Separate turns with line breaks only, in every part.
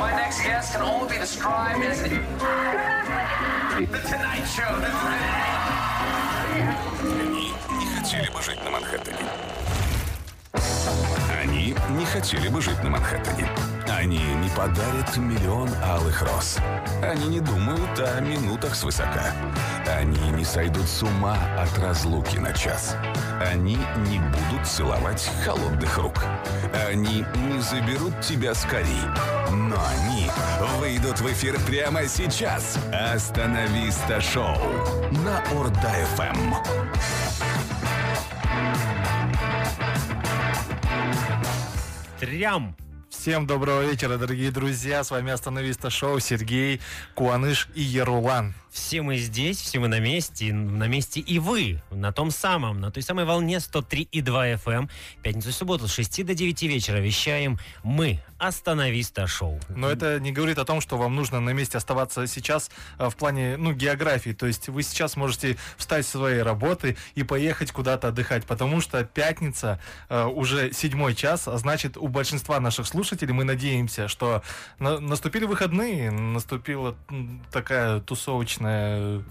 podcast can only be described as the Tonight Show.
Они не хотели бы жить на Манхэттене. Они не хотели бы жить на Манхэттене. Они не подарят миллион алых роз. Они не думают о минутах свысока. Они не сойдут с ума от разлуки на час. Они не будут целовать холодных рук. Они не заберут тебя скорей. Но они выйдут в эфир прямо сейчас. Остановиста шоу на Эм. Орда-ФМ.
Трям.
Всем доброго вечера, дорогие друзья. С вами Остановиста Шоу Сергей Куаныш и Ерулан.
Все мы здесь, все мы на месте, и на месте и вы, на том самом, на той самой волне 103,2 FM. эм. Пятницу и субботу с 6 до 9 вечера вещаем мы, Остановиста Шоу.
Но это не говорит о том, что вам нужно на месте оставаться сейчас а, в плане ну, географии. То есть вы сейчас можете встать со своей работы и поехать куда-то отдыхать, потому что пятница а, уже седьмой час, а значит у большинства наших слушателей мы надеемся, что на- наступили выходные, наступила м, такая тусовочная,
Пора.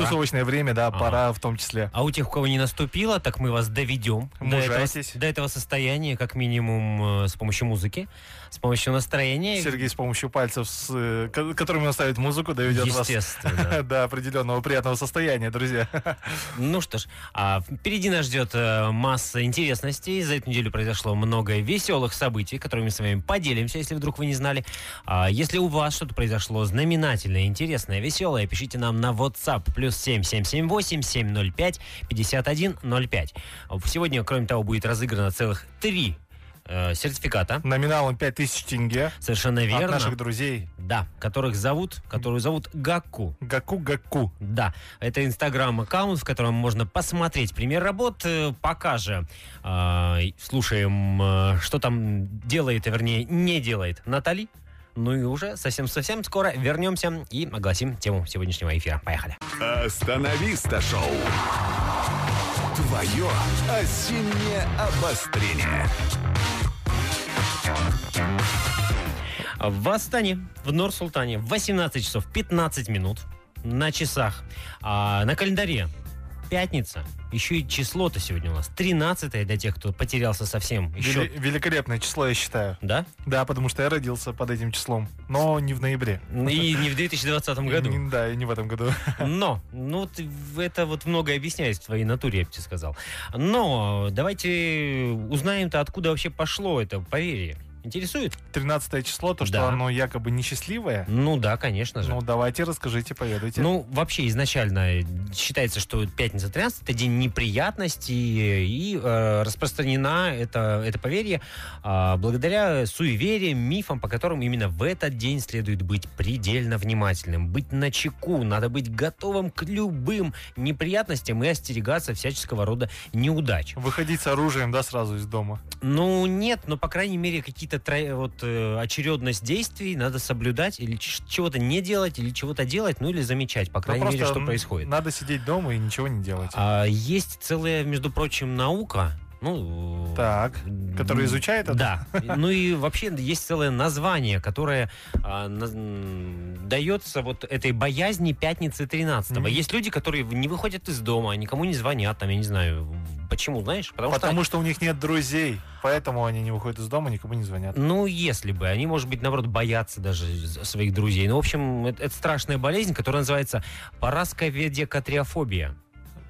тусовочное время, да,
Ага.
пора в том числе.
А у тех, у кого не наступило, так мы вас доведем до этого,
Мужайтесь.
до этого состояния, как минимум, э, с помощью музыки, с помощью настроения.
Сергей с помощью пальцев, с, э, ко- которыми он ставит музыку, доведет вас
Естественно.
до определенного приятного состояния, друзья.
Ну что ж, а впереди нас ждет э, масса интересностей. За эту неделю произошло много веселых событий, которыми мы с вами поделимся, если вдруг вы не знали. А если у вас что-то произошло знаменательное, интересное, веселое, пишите нам на WhatsApp плюс 7778-705-5105. Сегодня, кроме того, будет разыграно целых три э, сертификата.
Номиналом 5000 тенге
Совершенно верно.
от наших друзей
Да, которых зовут, которую зовут Гаку.
Гаку-Гаку.
Да, это инстаграм-аккаунт, в котором можно посмотреть пример работ. Э, Пока же э, слушаем, э, что там делает, а вернее, не делает Натали. Ну и уже совсем-совсем скоро вернемся и огласим тему сегодняшнего эфира. Поехали.
Остановиста шоу. Твое осеннее обострение.
В Астане, в Нор-Султане, в 18 часов 15 минут на часах, а, на календаре пятница. Еще и число-то сегодня у нас 13 для тех, кто потерялся совсем. Еще,
Вели- великолепное число, я считаю.
да?
Да, потому что я родился под этим числом, но не в ноябре.
И не в 2020 году.
М, Да, и не в этом году.
Но, ну вот в- это вот многое объясняет в твоей натуре, я бы тебе сказал. Но давайте узнаем-то, откуда вообще пошло это поверье. Интересует?
13 число, то, что
Да.
оно якобы несчастливое.
Ну да, конечно же.
Ну, давайте, расскажите, поведайте.
Ну, вообще, изначально считается, что пятница 13 это день неприятностей, и э, распространена это, это поверье а, благодаря суевериям, мифам, по которым именно в этот день следует быть предельно внимательным, быть начеку, надо быть готовым к любым неприятностям и остерегаться всяческого рода неудач.
Выходить с оружием, да, сразу из дома.
Ну, нет, но, по крайней мере, какие-то тро- вот, э, очередность действий надо соблюдать, или ч- чего-то не делать, или чего-то делать, ну, или замечать, по
Ну,
крайней мере, что
м,
происходит.
Надо сидеть дома и ничего не делать.
А, есть целая, между прочим, наука. Ну,
Так,
м,
который изучает это?
Да. Ну и вообще есть целое название, которое а, наз- м, дается вот этой боязни пятницы 13
Мгм.
Есть люди, которые не выходят из дома, никому не звонят, там, я не знаю, почему, знаешь? Потому, что...
Потому что у них нет друзей, поэтому они не выходят из дома, никому не звонят.
Ну, если бы. Они, может быть, наоборот, боятся даже з- своих друзей. Ну, в общем, это, это страшная болезнь, которая называется парасковедекатриофобия.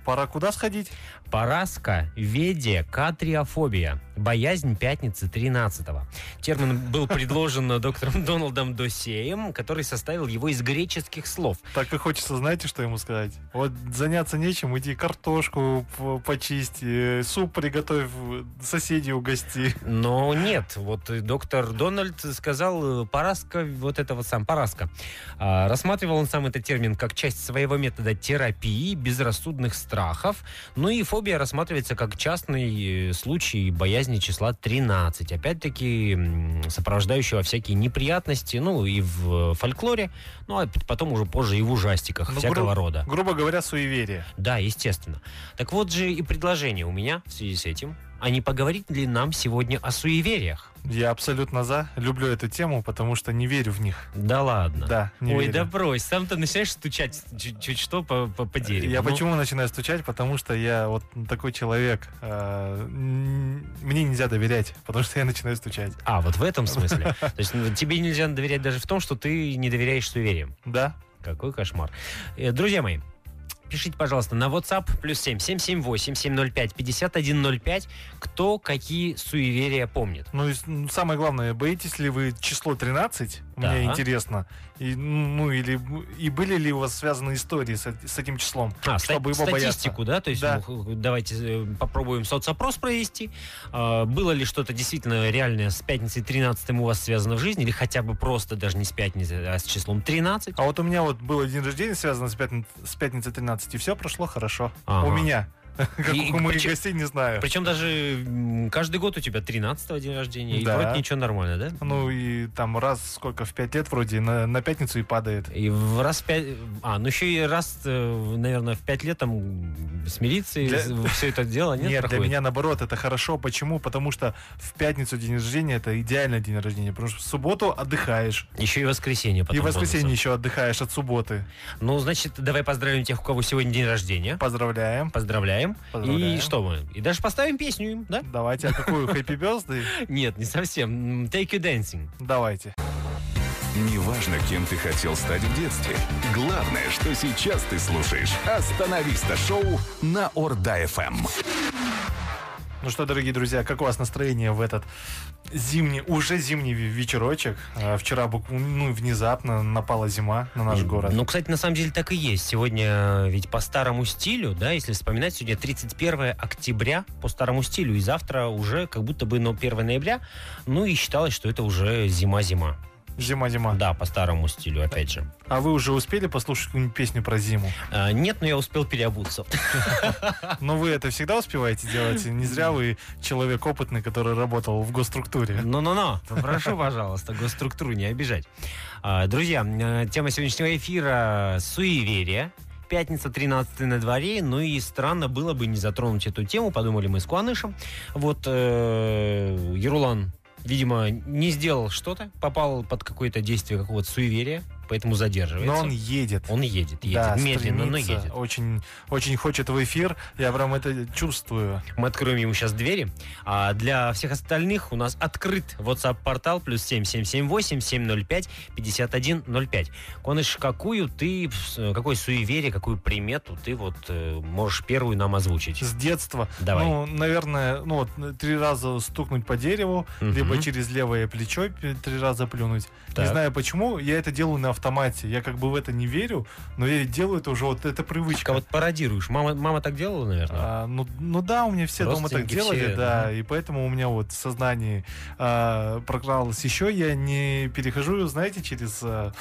Пора куда сходить?
Параска, веде, катриофобия. Боязнь пятницы 13-го. Термин был предложен доктором Дональдом Досеем, который составил его из греческих слов.
Так и хочется, знаете, что ему сказать? Вот заняться нечем, иди картошку п- почисти, э, суп приготовь, э, соседей угости.
Но нет, вот э, доктор Дональд сказал, э, Параска, вот это вот сам Параска. А, Рассматривал он сам этот термин как часть своего метода терапии безрассудных страхов. Ну и фобия рассматривается как частный э, случай боязни числа 13. Опять-таки м, сопровождающего всякие неприятности, ну и в э, фольклоре, ну а потом уже позже и в ужастиках
Ну,
всякого
гру-
рода.
Грубо говоря, суеверие.
Да, естественно. Так вот же и предложение у меня в связи с этим. А не поговорить ли нам сегодня о суевериях?
Я абсолютно за. Люблю эту тему, потому что не верю в них.
Да ладно.
Да, не
Ой,
верю.
да брось, сам ты начинаешь стучать чуть, чуть что по, по- по дереву.
Я
Ну,
почему начинаю стучать? Потому что я вот такой человек. э, м, мне нельзя доверять, потому что я начинаю стучать.
А, вот в этом смысле. То есть ну, тебе нельзя доверять даже в том, что ты не доверяешь суевериям.
Да?
Какой кошмар. Э, Друзья мои, пишите, пожалуйста, на WhatsApp плюс 7 778 705 5105, кто какие суеверия помнит.
Ну, и с- ну, самое главное, боитесь ли вы число 13?
Да.
Мне интересно. И, ну, или, и были ли у вас связаны истории с, эт- с этим числом?
А, ста-
чтобы его
статистику, да? То есть
Да.
ну, х- давайте э, попробуем соцопрос провести. А, было ли что-то действительно реальное с пятницей 13 у вас связано в жизни? Или хотя бы просто даже не с пятницей, а с числом 13?
А вот у меня вот был день рождения, связанный с, пятни- с пятницей 13, и все прошло хорошо.
Ага.
У меня. Как
И
у моих
причем-
гостей, не знаю.
Причем даже м, каждый год у тебя 13 день рождения, и
Да.
вроде ничего нормально, да?
Ну и там раз сколько в пять лет вроде на, на пятницу и падает.
И в раз в пять... А, ну еще и раз, э, в, наверное, в пять лет там м, с милицией
Для-
з- все это дело, нет,
Нет, для
проходит?
меня наоборот это хорошо. Почему? Потому что в пятницу день рождения это идеальный день рождения. Потому что в субботу отдыхаешь.
Еще и воскресенье потом.
и в воскресенье
бонусом.
еще отдыхаешь от субботы.
Ну, значит, давай поздравим тех, у кого сегодня день рождения.
Поздравляем.
Поздравляем.
Поздравляем.
И что мы? И даже поставим песню им, да?
Давайте, а какую хэппи Birthday?
Нет, не совсем. М, Take you dancing.
Давайте.
Неважно, кем ты хотел стать в детстве. Главное, что сейчас ты слушаешь «Остановиста» шоу на Орда-ФМ.
Ну что, дорогие друзья, как у вас настроение в этот зимний, уже зимний ве- вечерочек? А, Вчера букв- ну, внезапно напала зима на наш город.
Ну, кстати, на самом деле так и есть. Сегодня э, ведь по старому стилю, да, если вспоминать, сегодня 31 октября по старому стилю, и завтра уже как будто бы, но 1 ноября, ну и считалось, что это уже зима-зима.
Зима-зима.
Да, по старому стилю, опять же.
А вы уже успели послушать какую-нибудь песню про зиму?
А, нет, но я успел переобуться.
Но вы это всегда успеваете делать? Не зря вы человек опытный, который работал в госструктуре.
Ну-ну-ну, прошу, пожалуйста, госструктуру не обижать. А, Друзья, э, тема сегодняшнего эфира – суеверие. Пятница 13 на дворе, ну и странно было бы не затронуть эту тему, подумали мы с Куанышем. Вот э, Ерулан, видимо, не сделал что-то, попал под какое-то действие какого-то суеверия, поэтому задерживается.
Но он едет.
Он едет, едет,
Да,
медленно, но
стремится,
едет.
Очень, очень хочет в эфир. Я прям это чувствую.
Мы откроем ему сейчас двери. А для всех остальных у нас открыт WhatsApp-портал плюс 7778-705-5105. Коныш, какую ты, э, какое суеверие, какую примету ты вот э, можешь первую нам озвучить?
С детства.
Давай.
Ну, наверное, ну вот три раза стукнуть по дереву,
Мгм.
либо через левое плечо пе- три раза плюнуть.
Так.
Не знаю почему, я это делаю на автомате. Я как бы в это не верю, но я делаю это уже вот это привычка.
Кого-то пародируешь. Мама, мама так делала, наверное?
А, ну, ну да, у меня все дома так
Родственники
делали,
все,
да,
да.
и поэтому у меня вот в сознании а, прокралось еще. Я не перехожу, знаете, через а,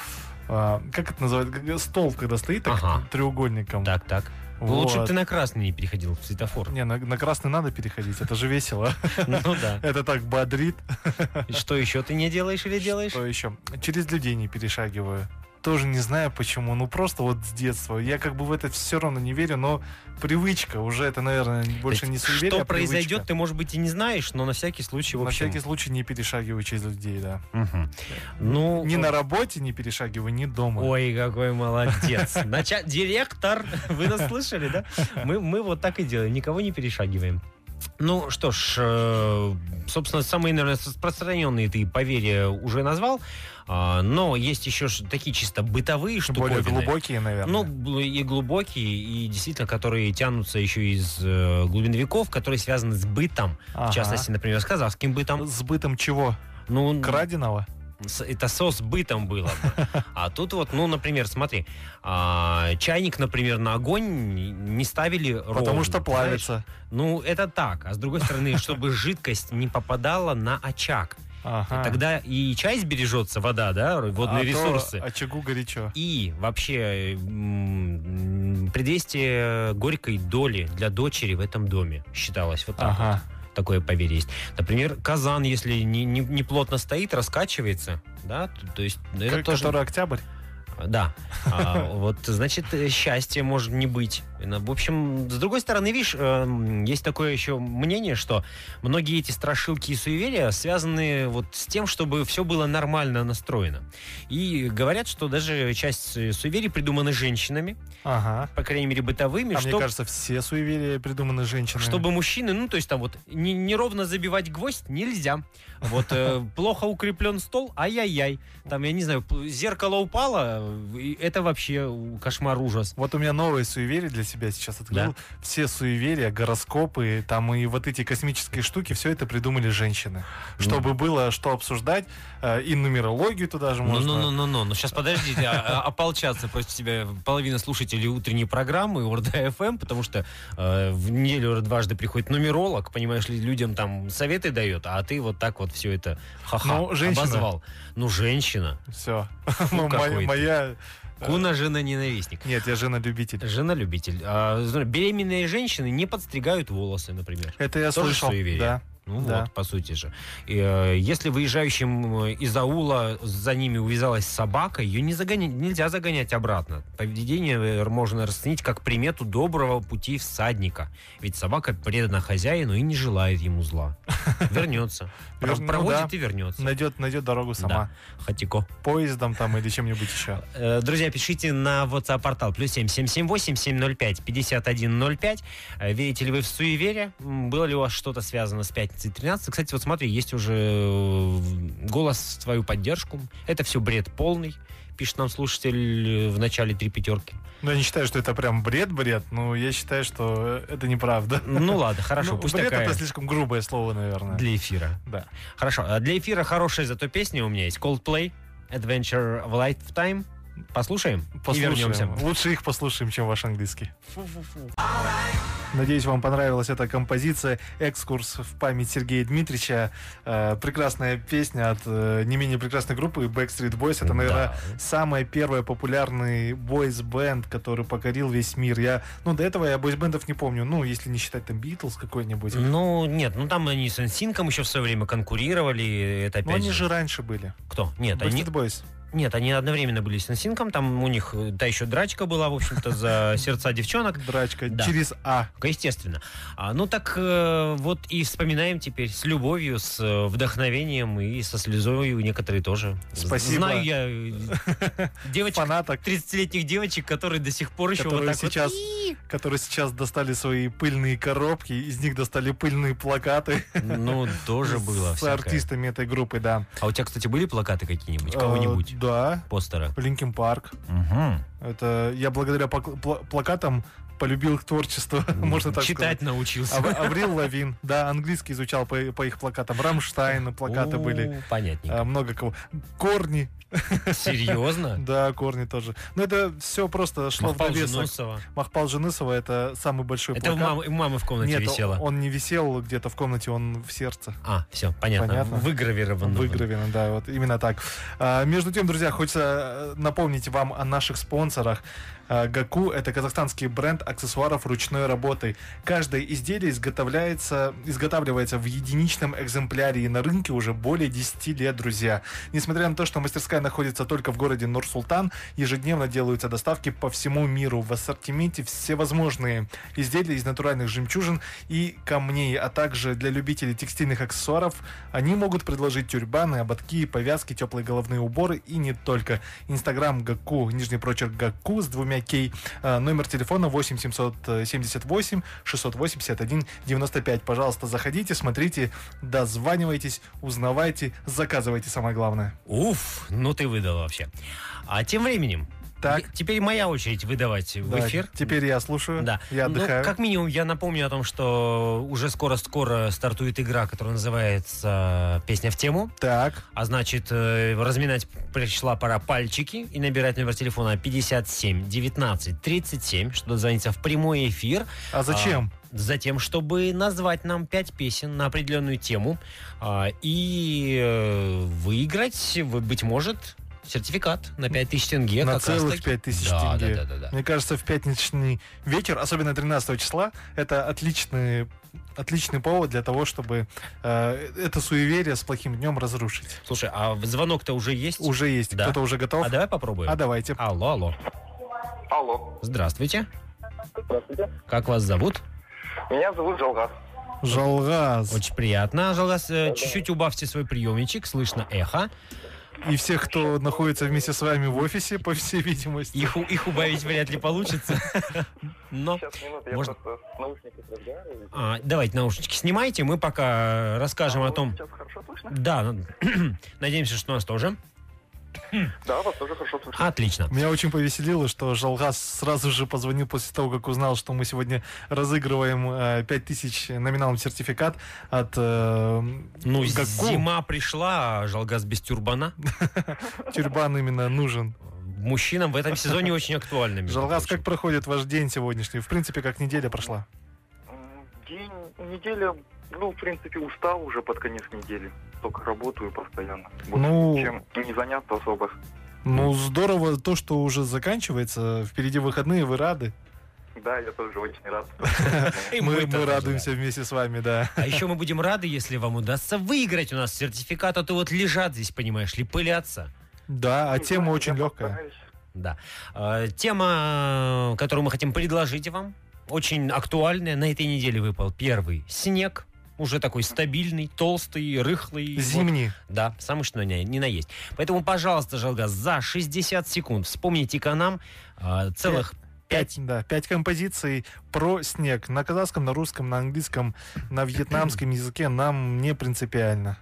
а, как это называют, Г- г- столб, когда стоит так
Ага.
треугольником.
Так, так. Ну, Лучше бы ты на красный не переходил в светофор.
Не, на, на красный надо переходить, это же весело.
Ну да.
Это так бодрит.
И Что еще ты не делаешь или делаешь?
Что еще? Через людей не перешагиваю. Тоже не знаю почему, ну просто вот с детства. Я как бы в это все равно не верю, но привычка уже это, наверное, больше
То
не
есть,
суеверие,
Что
а привычка.
произойдет, ты, может быть, и не знаешь, но на всякий случай, в
На
общем.
всякий случай не перешагиваю через людей, да.
Мгм. Ну,
Ни на работе не перешагиваю, ни дома.
Ой, какой молодец. Нача- Директор, вы нас слышали, да? Мы, мы вот так и делаем, никого не перешагиваем. Ну что ж, э, собственно, самые, наверное, распространенные ты поверья уже назвал, а, но есть еще ж такие чисто бытовые штуковины.
Более глубокие, наверное.
Ну, бл- и глубокие, и действительно, которые тянутся еще из э, глубин веков, которые связаны с бытом.
Ага.
В частности, например, с казахским бытом.
с бытом чего?
Ну,
Краденого?
с- это со сбытом было. бы. А тут вот, ну, например, смотри, а, чайник, например, на огонь не ставили ровно.
Потому что
знаешь?
плавится.
Ну, это так. А с другой стороны, чтобы жидкость не попадала на очаг.
Ага.
Тогда и чай сбережется, вода, да, водные
А то
ресурсы.
очагу горячо.
И вообще м, м, предвестие горькой доли для дочери в этом доме считалось вот так. вот.
Ага.
Такое поверье есть. Например, казан, если не, не- не плотно стоит, раскачивается, да, то, то есть ну, это
К-
тоже...
Который октябрь?
Да. А, вот, значит, э, счастья может не быть. Ну, В общем, с другой стороны, видишь, эм, есть такое еще мнение, что многие эти страшилки и суеверия связаны вот с тем, чтобы все было нормально настроено. И говорят, что даже часть э, суеверий придуманы женщинами,
Ага.
по крайней мере, бытовыми,
А мне
чтоб-
кажется, все суеверия придуманы женщинами.
чтобы мужчины, ну, то есть там вот не- неровно забивать гвоздь нельзя. Вот э, плохо укреплен стол, ай-яй-яй. Там, я не знаю, п- зеркало упало, э, и это вообще у- кошмар, ужас.
Вот у меня новые суеверие для себя сейчас открыл.
Да?
Все суеверия, гороскопы, там и вот эти космические штуки, все это придумали женщины.
Ну.
Чтобы было что обсуждать, э, и нумерологию туда же можно.
Ну-ну-ну-ну, ну сейчас подождите, а- а- ополчаться против себя половина слушателей утренней программы Урда ФМ, потому что э, в неделю дважды приходит нумеролог, понимаешь ли, людям там советы дает, а ты вот так вот все это ха-ха
Ну, женщина.
обозвал. Ну, женщина.
Все.
какой ты.
Ну, Моя... э,
Куна жена ненавистник.
Нет, я жена-любитель.
Жена-любитель. А, зна- беременные женщины не подстригают волосы, например.
Это я
Тоже
слышал.
суеверие?
Да.
Ну
Да.
вот, по сути же. И, э, если выезжающим э, из аула за ними увязалась собака, ее не загоня- нельзя загонять обратно. Поведение э, можно расценить как примету доброго пути всадника. Ведь собака предана хозяину и не желает ему зла. Вернется.
Верн-
Про-
ну
Проводит
да.
и вернется.
Найдет, найдет дорогу сама.
Да. Хатико.
Поездом там или чем-нибудь еще.
Э, Друзья, пишите на WhatsApp-портал плюс 7778-705-5105. Э, Верите ли вы в суеверие? М, Было ли у вас что-то связано с пятницей 13? Кстати, вот смотри, есть уже э, голос в твою поддержку. Это все бред полный, пишет нам слушатель э, в начале три пятерки.
Но Ну, я не считаю, что это прям бред-бред, но я считаю, что это неправда.
Ну ладно, хорошо,
Ну,
пусть
бред
такая
это слишком грубое слово, наверное.
для эфира.
Да.
Хорошо, а для эфира хорошая зато песня у меня есть. Coldplay, Adventure of a Lifetime. Послушаем и вернемся.
Послушаем. Лучше их послушаем, чем ваш английский. Надеюсь, вам понравилась эта композиция «Экскурс в память Сергея Дмитрича». Э, прекрасная песня от э, не менее прекрасной группы Backstreet Boys. Это, наверное,
Да.
самый первый популярный бойс-бенд, который покорил весь мир. Я, ну, до этого я бойс-бендов не помню. Ну, если не считать там Битлз какой-нибудь.
Ну, нет, ну там они с Энсинком еще в свое время конкурировали. Это
Но
опять
Ну, они
же-
же раньше были.
Кто? Нет, они...
Backstreet Boys.
Нет, они одновременно были с Энсинком. Там у них э, та еще драчка была, в общем-то, за сердца девчонок.
Драчка.
Да.
Через А.
Естественно. А, ну так э, вот и вспоминаем теперь с любовью, с э, вдохновением и со слезой некоторые тоже. З-
Спасибо.
Знаю я э, девочек,
Фанаток.
30-летних девочек, которые до сих пор еще вот
которые
так вот
сейчас, которые сейчас достали свои пыльные коробки, из них достали пыльные плакаты
Ну, тоже было
с
всякое.
артистами этой группы, да.
А у тебя, кстати, были плакаты какие-нибудь? Кого-нибудь?
Э, да.
Постера?
Линкин Парк.
Мгм.
Это я благодаря пак- пла- плакатам полюбил их творчество, можно так
Читать научился.
сказать. Ав- Аврил Лавин, да, английский изучал по, по их плакатам. Рамштайн плакаты
О,
были. А,
Понятненько.
э, Много кого. Корни,
Серьезно?
да, корни тоже. Но это все просто шло в
Махпал
довесок.
Жунусова.
Махпал Женысова это самый большой
Это у
плакат.
мамы, у мамы в комнате
Нет,
висело.
он не висел где-то в комнате, он в сердце.
А, все, понятно.
Понятно.
Выгравировано.
Выгравлен, да, вот именно так. А, между тем, друзья, хочется э, напомнить вам о наших спонсорах. А, Гаку – это казахстанский бренд аксессуаров ручной работы. Каждое изделие изготовляется, изготавливается в единичном экземпляре и на рынке уже более 10 лет, друзья. Несмотря на то, что мастерская находится только в городе Нур-Султан, ежедневно делаются доставки по всему миру. В ассортименте всевозможные изделия из натуральных жемчужин и камней, а также для любителей текстильных аксессуаров они могут предложить тюрбаны, ободки, повязки, теплые головные уборы и не только. Инстаграм Гаку, нижний прочерк Гаку с двумя кей. Э, Номер телефона 8 778 681 95. Пожалуйста, заходите, смотрите, дозванивайтесь, узнавайте, заказывайте самое главное.
Уф, ну ты выдал вообще. А тем временем,
Так.
я- теперь моя очередь выдавать в
Да,
эфир.
Теперь я слушаю.
Да.
Я
Ну,
отдыхаю.
как минимум, я напомню о том, что уже скоро-скоро стартует игра, которая называется «Песня в тему».
Так.
А значит, э, разминать пришла пора пальчики и набирать номер телефона 57 19 37, что дозвонится в прямой эфир.
А зачем?
Затем, чтобы назвать нам 5 песен на определенную тему а, и э, выиграть, вы- быть может, Сертификат на 5000 тенге.
на
как раз
целых
таки.
5000
Да,
тенге.
Да, да, да, да.
Мне кажется, в пятничный вечер, особенно 13 числа, это отличный, отличный повод для того, чтобы э, это суеверие с плохим днем разрушить.
Слушай, а звонок-то уже есть?
Уже есть,
Да.
кто-то уже готов.
А давай попробуем.
А давайте.
Алло, алло.
Алло.
Здравствуйте.
Здравствуйте.
Как вас зовут?
Меня зовут Жалгас.
Жалгаз.
Очень приятно. Жалгас, э, чуть-чуть убавьте свой приемничек, слышно эхо.
И всех, кто находится вместе с вами в офисе, по всей видимости.
Их, у- их убавить вряд ли получится. Но...
Сейчас, минуту, я
Можно-
просто с наушниками разговариваю.
А, давайте наушнички снимайте, мы пока расскажем о
Вот
том...
Сейчас хорошо слышно?
Да, ну, надеемся, что нас тоже.
Да, вас тоже хорошо слышно.
Отлично.
Меня очень повеселило, что Жалгас сразу же позвонил после того, как узнал, что мы сегодня разыгрываем э, 5000 номиналом сертификат от... э,
Ну,
Гаку.
зима пришла, а Жалгас без тюрбана.
Тюрбан именно нужен.
Мужчинам в этом сезоне очень актуально. между
Жалгас,
прочим.
как проходит ваш день сегодняшний? В принципе, как неделя прошла?
М, День, неделя, ну, в принципе, устал уже под конец недели. Только работаю постоянно. Больше
Ну-
Чем не заняться особо.
Ну, здорово то, что уже заканчивается. Впереди выходные, вы рады.
Да, я тоже очень рад.
И мы
Мы,
тоже
мы
рады.
радуемся вместе с вами, да.
А еще мы будем рады, если вам удастся выиграть у нас сертификат, а то вот лежат здесь, понимаешь ли, пылятся.
Да, а тема
Ну, Я
очень легкая.
постараюсь.
Да. Э, Тема, которую мы хотим предложить вам, очень актуальная. На этой неделе выпал первый снег. Уже такой стабильный, толстый, рыхлый.
Зимний.
Вот, да, самый что не, не наесть. Поэтому, пожалуйста, Жалгас, за 60 секунд вспомните-ка нам э, целых
Пять, да, пять композиций про снег. На казахском, на русском, на английском, на вьетнамском языке нам не принципиально.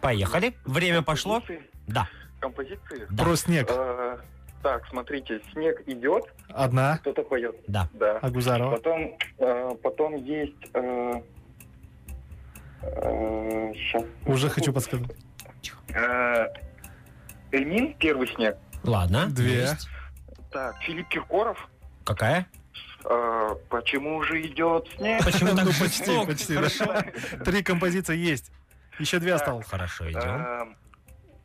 Поехали. Время пошло.
Композиции-
Да.
Композиции?
Да.
Про снег.
Э, Так, смотрите, снег идет,
Одна.
кто-то поет.
Да.
Да.
А?
Агузарова.
Потом, э, потом есть... э, сейчас.
Уже хочу подсказать.
Э, Эльмин, первый снег.
Ладно.
Две.
есть.
Так, Филипп Киркоров.
Какая?
э, почему же идет снег?
Почему так
Ну,
жестоко?
почти, почти. да. Три композиции есть. Еще две осталось.
Ну, Хорошо, идем.
Эм,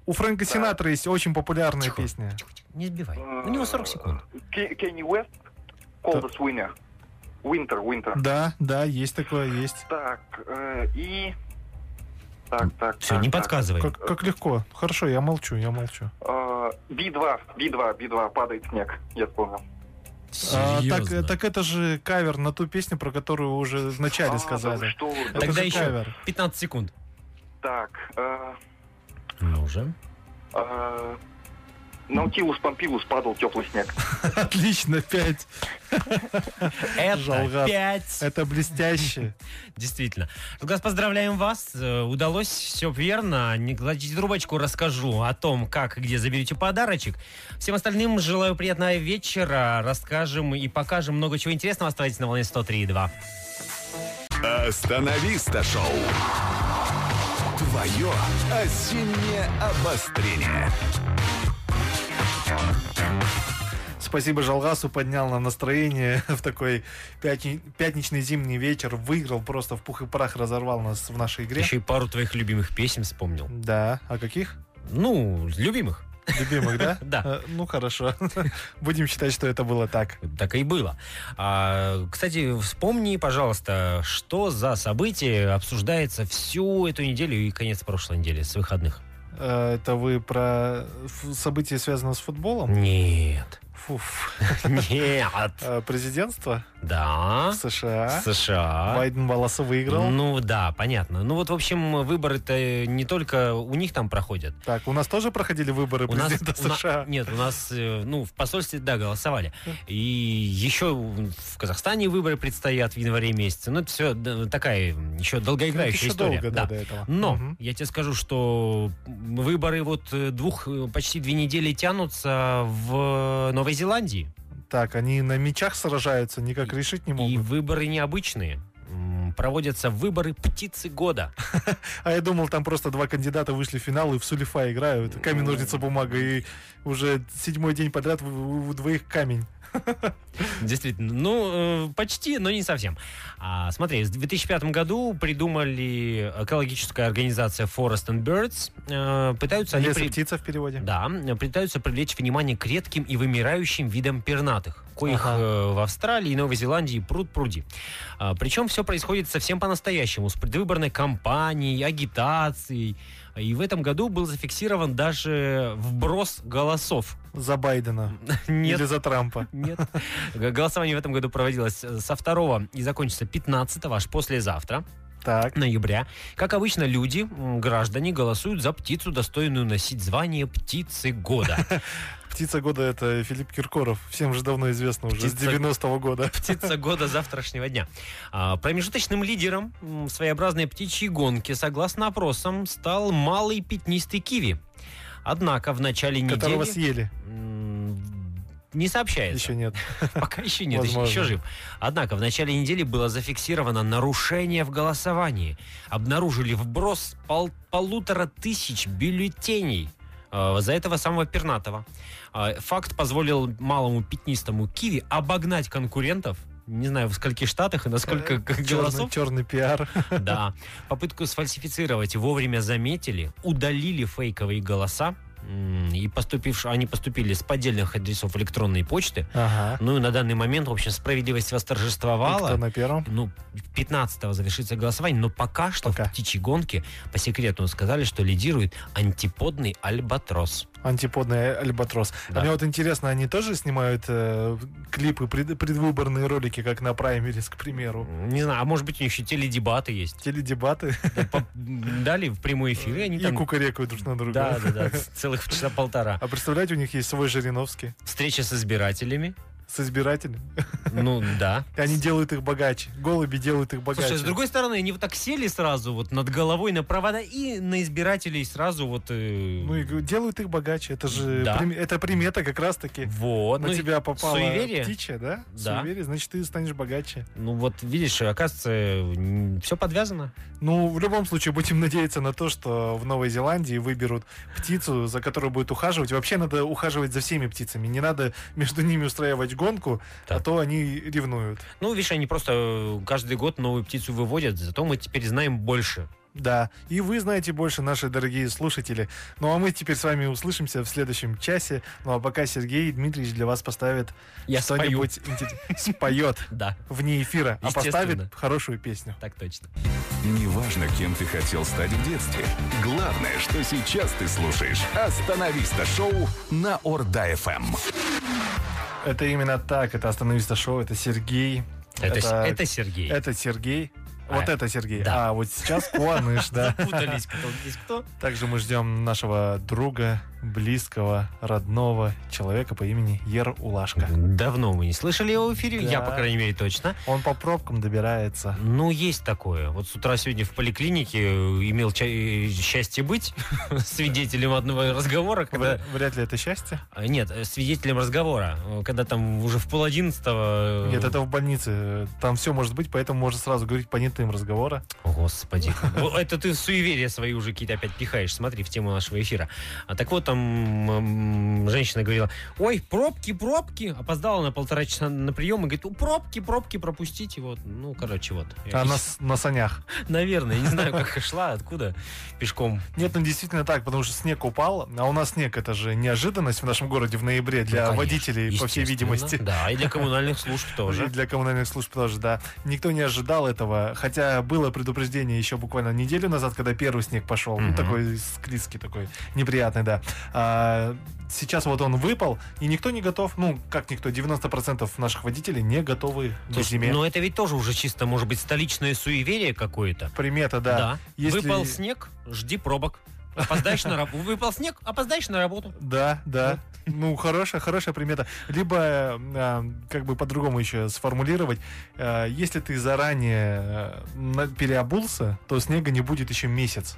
У Фрэнка
Да.
Синатра есть очень популярная
Тихо.
песня.
Тихо-тихо, Не сбивай.
э,
У него 40 секунд.
Ке- Кенни Уэст, Coldest Winter. Winter, Winter.
Да, да, есть такое, есть.
Так, э, и... Так, так,
Все,
так,
А,
не
так.
подсказывай.
Как, как легко. Хорошо, я молчу, я молчу.
Э, Би-2, Би-2, Би-2, падает снег, я вспомнил.
А, так,
Серьезно?
так это же кавер на ту песню, про которую уже
А,
вначале
да вы
сказали.
что вы,
Это
да.
Тогда
же
еще.
кавер.
15 секунд.
Так, э,
Ну уже.
э, Наутилус Помпилус падал теплый снег.
Отлично, пять.
Это
Жалгас.
5.
Это блестяще.
Действительно. Газ, поздравляем вас. Э, Удалось, все верно. Не кладите трубочку, расскажу о том, как и где заберете подарочек. Всем остальным желаю приятного вечера. Расскажем и покажем много чего интересного. Оставайтесь на волне 103.2.
Остановиста шоу. Твое осеннее обострение.
Спасибо Жалгасу, поднял на настроение в такой пятни- пятничный зимний вечер. Выиграл просто в пух и прах, разорвал нас в нашей игре.
Еще и пару твоих любимых песен вспомнил.
Да, а каких?
Ну, любимых.
Любимых, да?
Да.
Э, Ну, хорошо. Будем считать, что это было так.
Так и было. А, кстати, вспомни, пожалуйста, что за событие обсуждается всю эту неделю и конец прошлой недели с выходных.
Э, Это вы про ф- события, связанные с футболом?
Нет.
Фуф.
Нет.
Э, Президентство
Да.
в США.
США.
Байден волосы выиграл.
Ну да, понятно. Ну вот, в общем, выборы-то не только у них там проходят.
Так, у нас тоже проходили выборы
У нас,
президента
у на-
США. Э.
Нет, у нас, э, ну, в посольстве, да, голосовали. И еще в Казахстане выборы предстоят в январе месяце. Ну, это все такая еще
Это
долгоиграющая
Ну, еще
история.
долго да,
Да.
до этого.
Но
Мгм.
я тебе скажу, что м, выборы вот э, двух, э, почти две недели тянутся в э, Новой Зеландии.
Так, они на мечах сражаются, никак решить не
И
могут.
выборы необычные. М, проводятся выборы птицы года.
А я думал, там просто два кандидата вышли в финал и в Сулифа играют. Камень, ножницы, бумага. И уже седьмой день подряд у- у у двоих камень.
Действительно. Ну, э, почти, но не совсем. А, смотри, в 2005 году придумали экологическая организация Forest and Birds. Э, пытаются они...
Лес и
при-
птица в переводе.
Да, пытаются привлечь внимание к редким и вымирающим видам пернатых, коих
Ага.
э, в Австралии и Новой Зеландии пруд-пруди. А, причем все происходит совсем по-настоящему, с предвыборной кампанией, агитацией. И в этом году был зафиксирован даже вброс голосов.
За Байдена.
Нет,
Или за Трампа.
нет. Г- Голосование в этом году проводилось э, со 2 и закончится 15 аж послезавтра
Так.
ноября. Как обычно, люди, м, граждане, голосуют за птицу, достойную носить звание птицы года.
Птица года это Филипп Киркоров. Всем же давно известно уже. С
Птица-
90-го года.
Птица года завтрашнего дня. А, промежуточным лидером м, своеобразной птичьей гонки, согласно опросам, стал малый пятнистый киви. Однако в начале
Которого
недели...
съели.
м, Не сообщается.
Еще нет.
Пока еще нет, еще,
Возможно.
еще жив. Однако в начале недели было зафиксировано нарушение в голосовании. Обнаружили вброс пол- полутора тысяч бюллетеней э, за этого самого пернатого. Э, Факт позволил малому пятнистому Киви обогнать конкурентов. Не знаю, в скольких штатах и на
Э,
сколько как голосов.
Черный пиар.
Да. Попытку сфальсифицировать вовремя заметили, удалили фейковые голоса. м, И поступившие, они поступили с поддельных адресов электронной почты.
Ага.
Ну и на данный момент, в общем, справедливость
И Кто
восторжествовала.
на первом?
Ну, 15-го завершится голосование, но пока что
Пока.
в птичьей гонке по секрету сказали, что лидирует антиподный альбатрос.
Антиподный альбатрос.
Да.
А мне вот интересно, они тоже снимают э, клипы, пред- предвыборные ролики, как на Праймерис, к примеру?
Не знаю, а может быть у них еще теледебаты есть.
Теледебаты
Да, по- Дали в прямой эфир, и они
и
там...
кукарекают друг на друга.
Да, да, да, ц- целых часа полтора.
А представляете, у них есть свой Жириновский
Встреча с избирателями.
с избирателем.
Ну, да.
И они делают их богаче. Голуби делают их богаче.
Слушай, а с другой стороны, они вот так сели сразу вот над головой на провода и на избирателей сразу вот... э,
Ну и г- делают их богаче. Это же
Да.
прим- это примета как раз-таки.
Вот.
На
ну и-
тебя попала
суеверие.
птичья, да?
Да.
Суеверие, значит, ты станешь богаче.
Ну вот видишь, оказывается, все подвязано.
Ну, в любом случае, будем надеяться на то, что в Новой Зеландии выберут птицу, за которую будет ухаживать. Вообще надо ухаживать за всеми птицами. Не надо между ними устраивать гонку,
Так.
а то они ревнуют.
Ну, видишь, они просто э, каждый год новую птицу выводят, зато мы теперь знаем больше.
Да, и вы знаете больше, наши дорогие слушатели. Ну а мы теперь с вами услышимся в следующем часе. Ну а пока Сергей Дмитриевич для вас поставит
Я спою.
что-нибудь интерес- споет
Да,
вне эфира, а
Естественно.
поставит хорошую песню.
так точно.
Неважно, кем ты хотел стать в детстве. Главное, что сейчас ты слушаешь «Остановиста» шоу на Орда-ФМ.
Это именно так. Это остановиста шоу. Это Сергей.
Это, С- это Сергей.
это Сергей.
А,
Вот это Сергей.
да.
А вот сейчас Куаныш, да.
Запутались, кто здесь кто.
Также мы ждем нашего друга, близкого, родного человека по имени Ер Улашка.
Давно мы не слышали его в эфире,
Да.
я, по крайней мере, точно.
Он по пробкам добирается.
Ну, есть такое. Вот с утра сегодня в поликлинике э, имел ча- э, счастье быть свидетелем одного разговора, когда...
Вря- Вряд ли это счастье.
А, Нет, э, свидетелем разговора, э, когда там уже в пол одиннадцатого... э,
Нет, это в больнице. Там все может быть, поэтому можно сразу говорить понятым разговора.
О, Господи. Во, Это ты суеверия свои уже какие-то опять пихаешь. Смотри, в тему нашего эфира. А так вот, там м, женщина говорила, ой, пробки, пробки. Опоздала на полтора часа на прием и говорит, у пробки, пробки пропустите. Вот, ну, короче, вот.
А на, с- на санях.
Наверное, не знаю, как шла, откуда, пешком.
Нет, ну действительно так, потому что снег упал, а у нас снег это же неожиданность в нашем городе в ноябре для
Ну, конечно,
водителей, по всей
естественно.
видимости.
Да, и для коммунальных служб
И
тоже.
для коммунальных служб тоже, да. Никто не ожидал этого, хотя было предупреждение еще буквально неделю назад, когда первый снег пошел, ну,
Мгм.
такой склизкий такой, неприятный, да. А, сейчас вот он выпал, и никто не готов, ну, как никто, 90% наших водителей не готовы к
Слушай, ну,
зиме.
Но это ведь тоже уже чисто, может быть, столичное суеверие какое-то.
Примета, да. Если-
Выпал снег, жди пробок. Опоздаешь на работу. Выпал снег, опоздаешь на работу.
Да, да. Ну, хорошая, хорошая примета. Либо, э, как бы по-другому еще сформулировать, э, если ты заранее э, на- переобулся, то снега не будет еще месяц.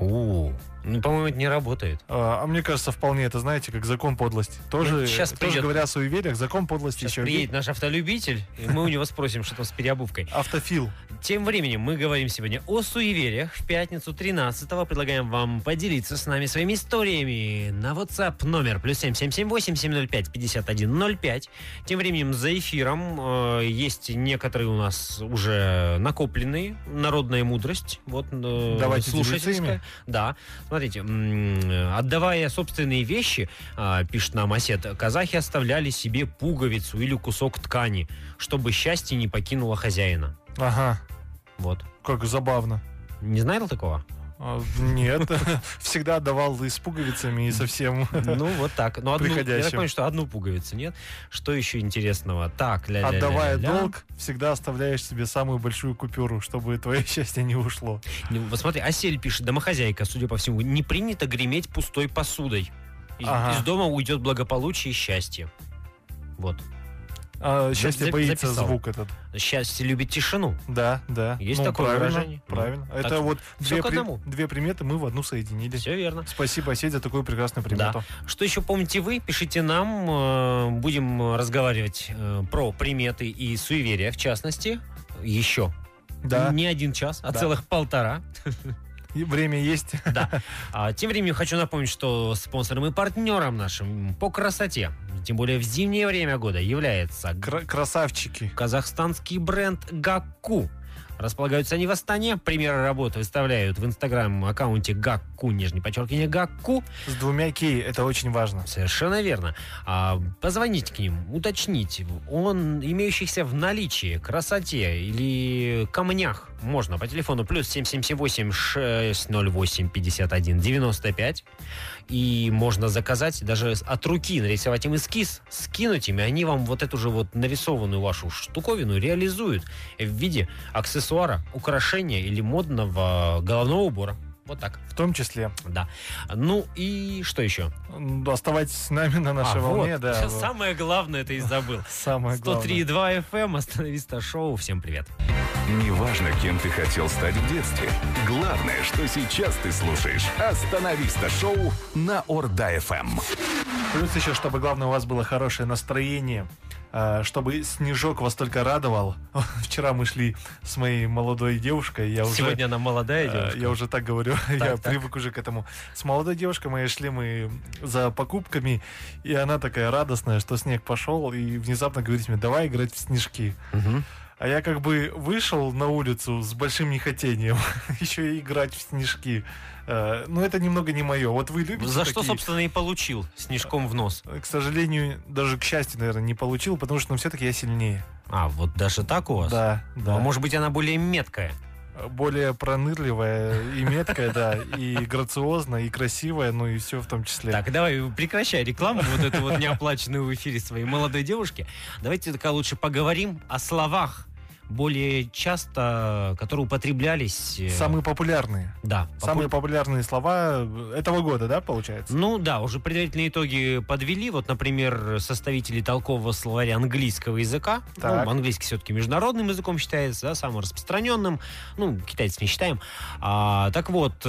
О, Ну, по-моему, это не работает.
А а мне кажется, вполне это, знаете, как закон подлости.
Ну,
Тоже,
щас
тоже
придет.
говоря о суевериях, закон подлости
Сейчас
еще
приедет наш автолюбитель, и мы у него спросим, что там с переобувкой.
Автофил.
Тем временем мы говорим сегодня о суевериях. В пятницу 13-го предлагаем вам поделиться с нами своими историями на WhatsApp номер плюс 7778-705-5105. Тем временем за эфиром э, есть некоторые у нас уже накопленные. Народная мудрость. Вот, э,
Давайте делиться
слушательская.
ими.
Да. Смотрите, м, э, отдавая собственные вещи, а, пишет нам осет, казахи оставляли себе пуговицу или кусок ткани, чтобы счастье не покинуло хозяина.
Ага,
Вот.
как забавно.
Не знал такого?
А, Нет, всегда отдавал и с пуговицами, и совсем.
Ну, вот так. Ну, одну, я так
Приходящим.
понимаю, что одну пуговицу, нет? Что еще интересного? Так, ля
Отдавая долг, всегда оставляешь себе самую большую купюру, чтобы твое счастье не ушло.
Ну, Вот смотри, Асель пишет, домохозяйка, судя по всему, не принято греметь пустой посудой. Из,
Ага.
из дома уйдет благополучие и счастье. Вот.
А,
За-
Счастье
за-
боится
записал.
звук этот.
Счастье любит тишину.
Да, да. Ну,
Есть такое выражение?
Правильно.
Ну,
Это
так
вот
всё
две,
к
при-
одному.
две приметы мы в одну соединили.
Все верно.
Спасибо, Сеть, за такую прекрасную примету.
Что еще помните вы? Пишите нам. э, Будем разговаривать э, про приметы и суеверия, в частности. Еще.
Да.
Не один час, а
Да.
целых полтора.
И время есть.
Да. А, тем временем хочу напомнить, что спонсором и партнером нашим по красоте, тем более в зимнее время года, является гр-
Кра- Красавчики.
казахстанский бренд Гакку. Располагаются они в Астане. Примеры работы выставляют в инстаграм-аккаунте Гакку, нижнее подчеркивание Гакку.
С двумя кей. Это очень важно.
Совершенно верно. А, позвоните к ним, уточните. Он имеющихся в наличии, красоте или камнях можно по телефону плюс 778-608-5195. И можно заказать, даже с- от руки нарисовать им эскиз, скинуть им, и они вам вот эту же вот нарисованную вашу штуковину реализуют в виде аксессуара, украшения или модного головного убора. Вот так,
В том числе.
да. Ну и что еще?
М, Оставайтесь с нами на нашей
А,
волне.
вот.
Да, вот.
Самое главное это и забыл.
Самое главное.
103.2 FM, остановиста эм, шоу. Всем привет.
Неважно, кем ты хотел стать в детстве. Главное, что сейчас ты слушаешь «Остановиста шоу» на Орда-ФМ.
Плюс еще, чтобы главное у вас было хорошее настроение, а, чтобы снежок вас только радовал. Вчера мы шли с моей молодой девушкой, я уже...
Сегодня она молодая
а,
девушка.
Я уже так говорю, я
так.
привык уже к этому. С молодой девушкой мы шли мы за покупками, и она такая радостная, что снег пошел, и внезапно говорит мне, давай играть в снежки.
Мгм.
А я как бы вышел на улицу с большим нехотением еще и играть в снежки. Э, Но это немного не мое. Вот вы любите
За что,
такие? Э,
собственно, и получил снежком в нос.
К сожалению, даже к счастью, наверное, не получил, потому что ну, все-таки я сильнее.
А, вот даже так у вас?
Да, да. Э,
А может быть, она более меткая?
Более пронырливая и меткая, да, и грациозная, и красивая, ну и все в том числе.
Так, давай, прекращай рекламу, вот эту вот неоплаченную в эфире своей молодой девушки. Давайте только лучше поговорим о словах, более часто, э, которые употреблялись. э,
Самые популярные.
да,
Самые популярные слова э, этого года, да, получается?
Ну да, уже предварительные итоги подвели. Вот, например, составители толкового словаря английского языка.
Так.
Ну, английский все-таки международным языком считается, да, самым распространенным. Ну, китайцев не считаем. А, так вот, э,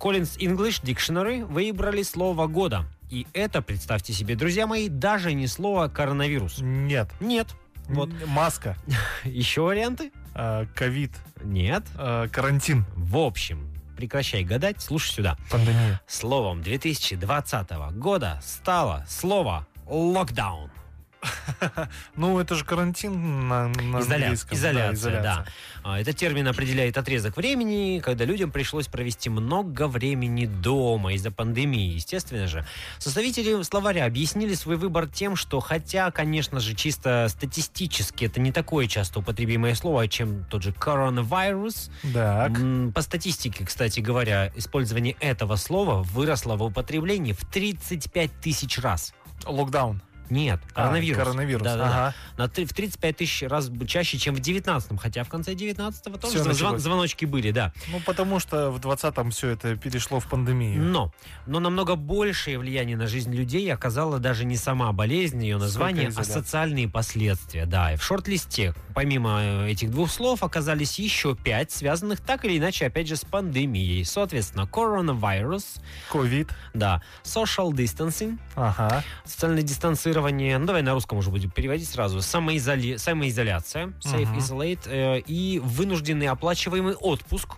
Collins English Dictionary выбрали слово года. И это, представьте себе, друзья мои, даже не слово коронавирус.
Нет.
Нет. Вот.
М, Маска,
Еще варианты?
э, ковид,
Нет.
э, карантин,
В общем, прекращай гадать, слушай сюда.
пандемия.
Словом 2020 года стало слово локдаун.
Ну, это же карантин на, на
Изоля-
английском.
Изоляция, да,
изоляция.
А, Этот термин определяет отрезок времени, когда людям пришлось провести много времени дома из-за пандемии, естественно же. Составители словаря объяснили свой выбор тем, что хотя, конечно же, чисто статистически это не такое часто употребимое слово, чем тот же коронавирус,
Так.
М, По статистике, кстати говоря, использование этого слова выросло в употреблении в 35 тысяч раз.
Локдаун.
Нет,
А,
коронавирус.
коронавирус.
Да, да, да.
Ага.
На три- в 35 тысяч раз б- чаще, чем в 19-м. Хотя в конце 19-го тоже
Всё
зв- звон-
началось.
звоночки были, да.
Ну, потому что в 20-м все это перешло в пандемию.
Но, но намного большее влияние на жизнь людей оказала даже не сама болезнь, ее название,
из-за,
а
да.
социальные последствия. Да, и в шорт-листе, помимо э, этих двух слов, оказались еще пять, связанных так или иначе, опять же, с пандемией. Соответственно, коронавирус,
Ковид.
да, social distancing,
Ага.
социальное дистанцирование, ну давай на русском уже будем переводить сразу, самоизоли- самоизоляция, safe
Мгм.
isolate, э, и вынужденный оплачиваемый отпуск,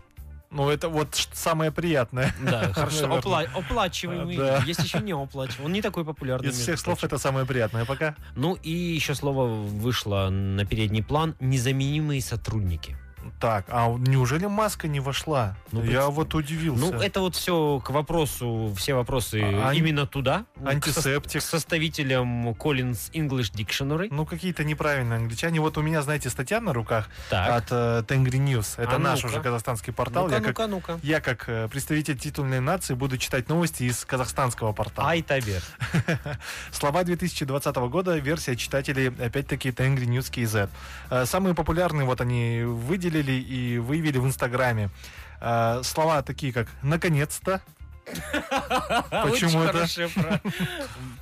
Ну, это вот ш- самое приятное.
Да, хорошо.
Наверное.
Опла- Оплачиваемый.
Да.
Есть еще не оплачиваемый. Он не такой популярный.
Из
между
всех слов
прочим.
это самое приятное пока.
Ну и еще слово вышло на передний план. Незаменимые сотрудники.
Так, а неужели маска не вошла?
Ну,
Я
представь.
вот удивился.
Ну, это вот все к вопросу, все вопросы
А- ан-
именно туда. к сос-
антисептик.
К составителям Collins English Dictionary.
Ну, какие-то неправильные англичане. Вот у меня, знаете, статья на руках
Так.
от э, Тенгри News. Это
А
наш
ну-ка.
уже казахстанский портал.
Ну-ка,
А, я, как,
ну-ка, ну-ка.
я как э, представитель титульной нации буду читать новости из казахстанского портала.
Айтабер.
Слова 2020 года, версия читателей, опять-таки, Тенгри News KZ. Э, Самые популярные вот они выделили и выявили в Инстаграме. Э, Слова такие, как «наконец-то»,
А,
Почему это?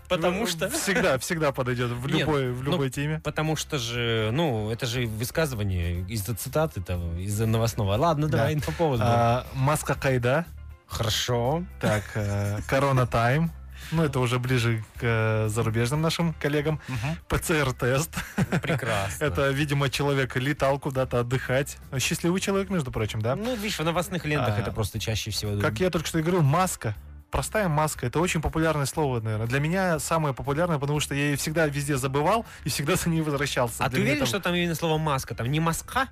Потому что...
Всегда, всегда подойдет в
Нет,
любой, в
ну,
любой теме.
Потому что же, ну, это же высказывание из-за цитаты, там, из-за новостного. Ладно,
Да.
давай, по поводу.
А, Маска Кайда,
Хорошо.
так, э, Корона Тайм. Ну, это уже ближе к э, зарубежным нашим коллегам. ПЦР-тест.
Прекрасно.
Это, видимо, человек летал куда-то отдыхать. Счастливый человек, между прочим, да?
Ну, видишь, в новостных лентах
А,
это просто чаще всего.
Как я только что и говорил, маска. Простая маска. Это очень популярное слово, наверное. Для меня самое популярное, потому что я ее всегда везде забывал и всегда за ней возвращался.
А
Для
ты
меня
уверен, что
там
там именно слово маска? Там не маска?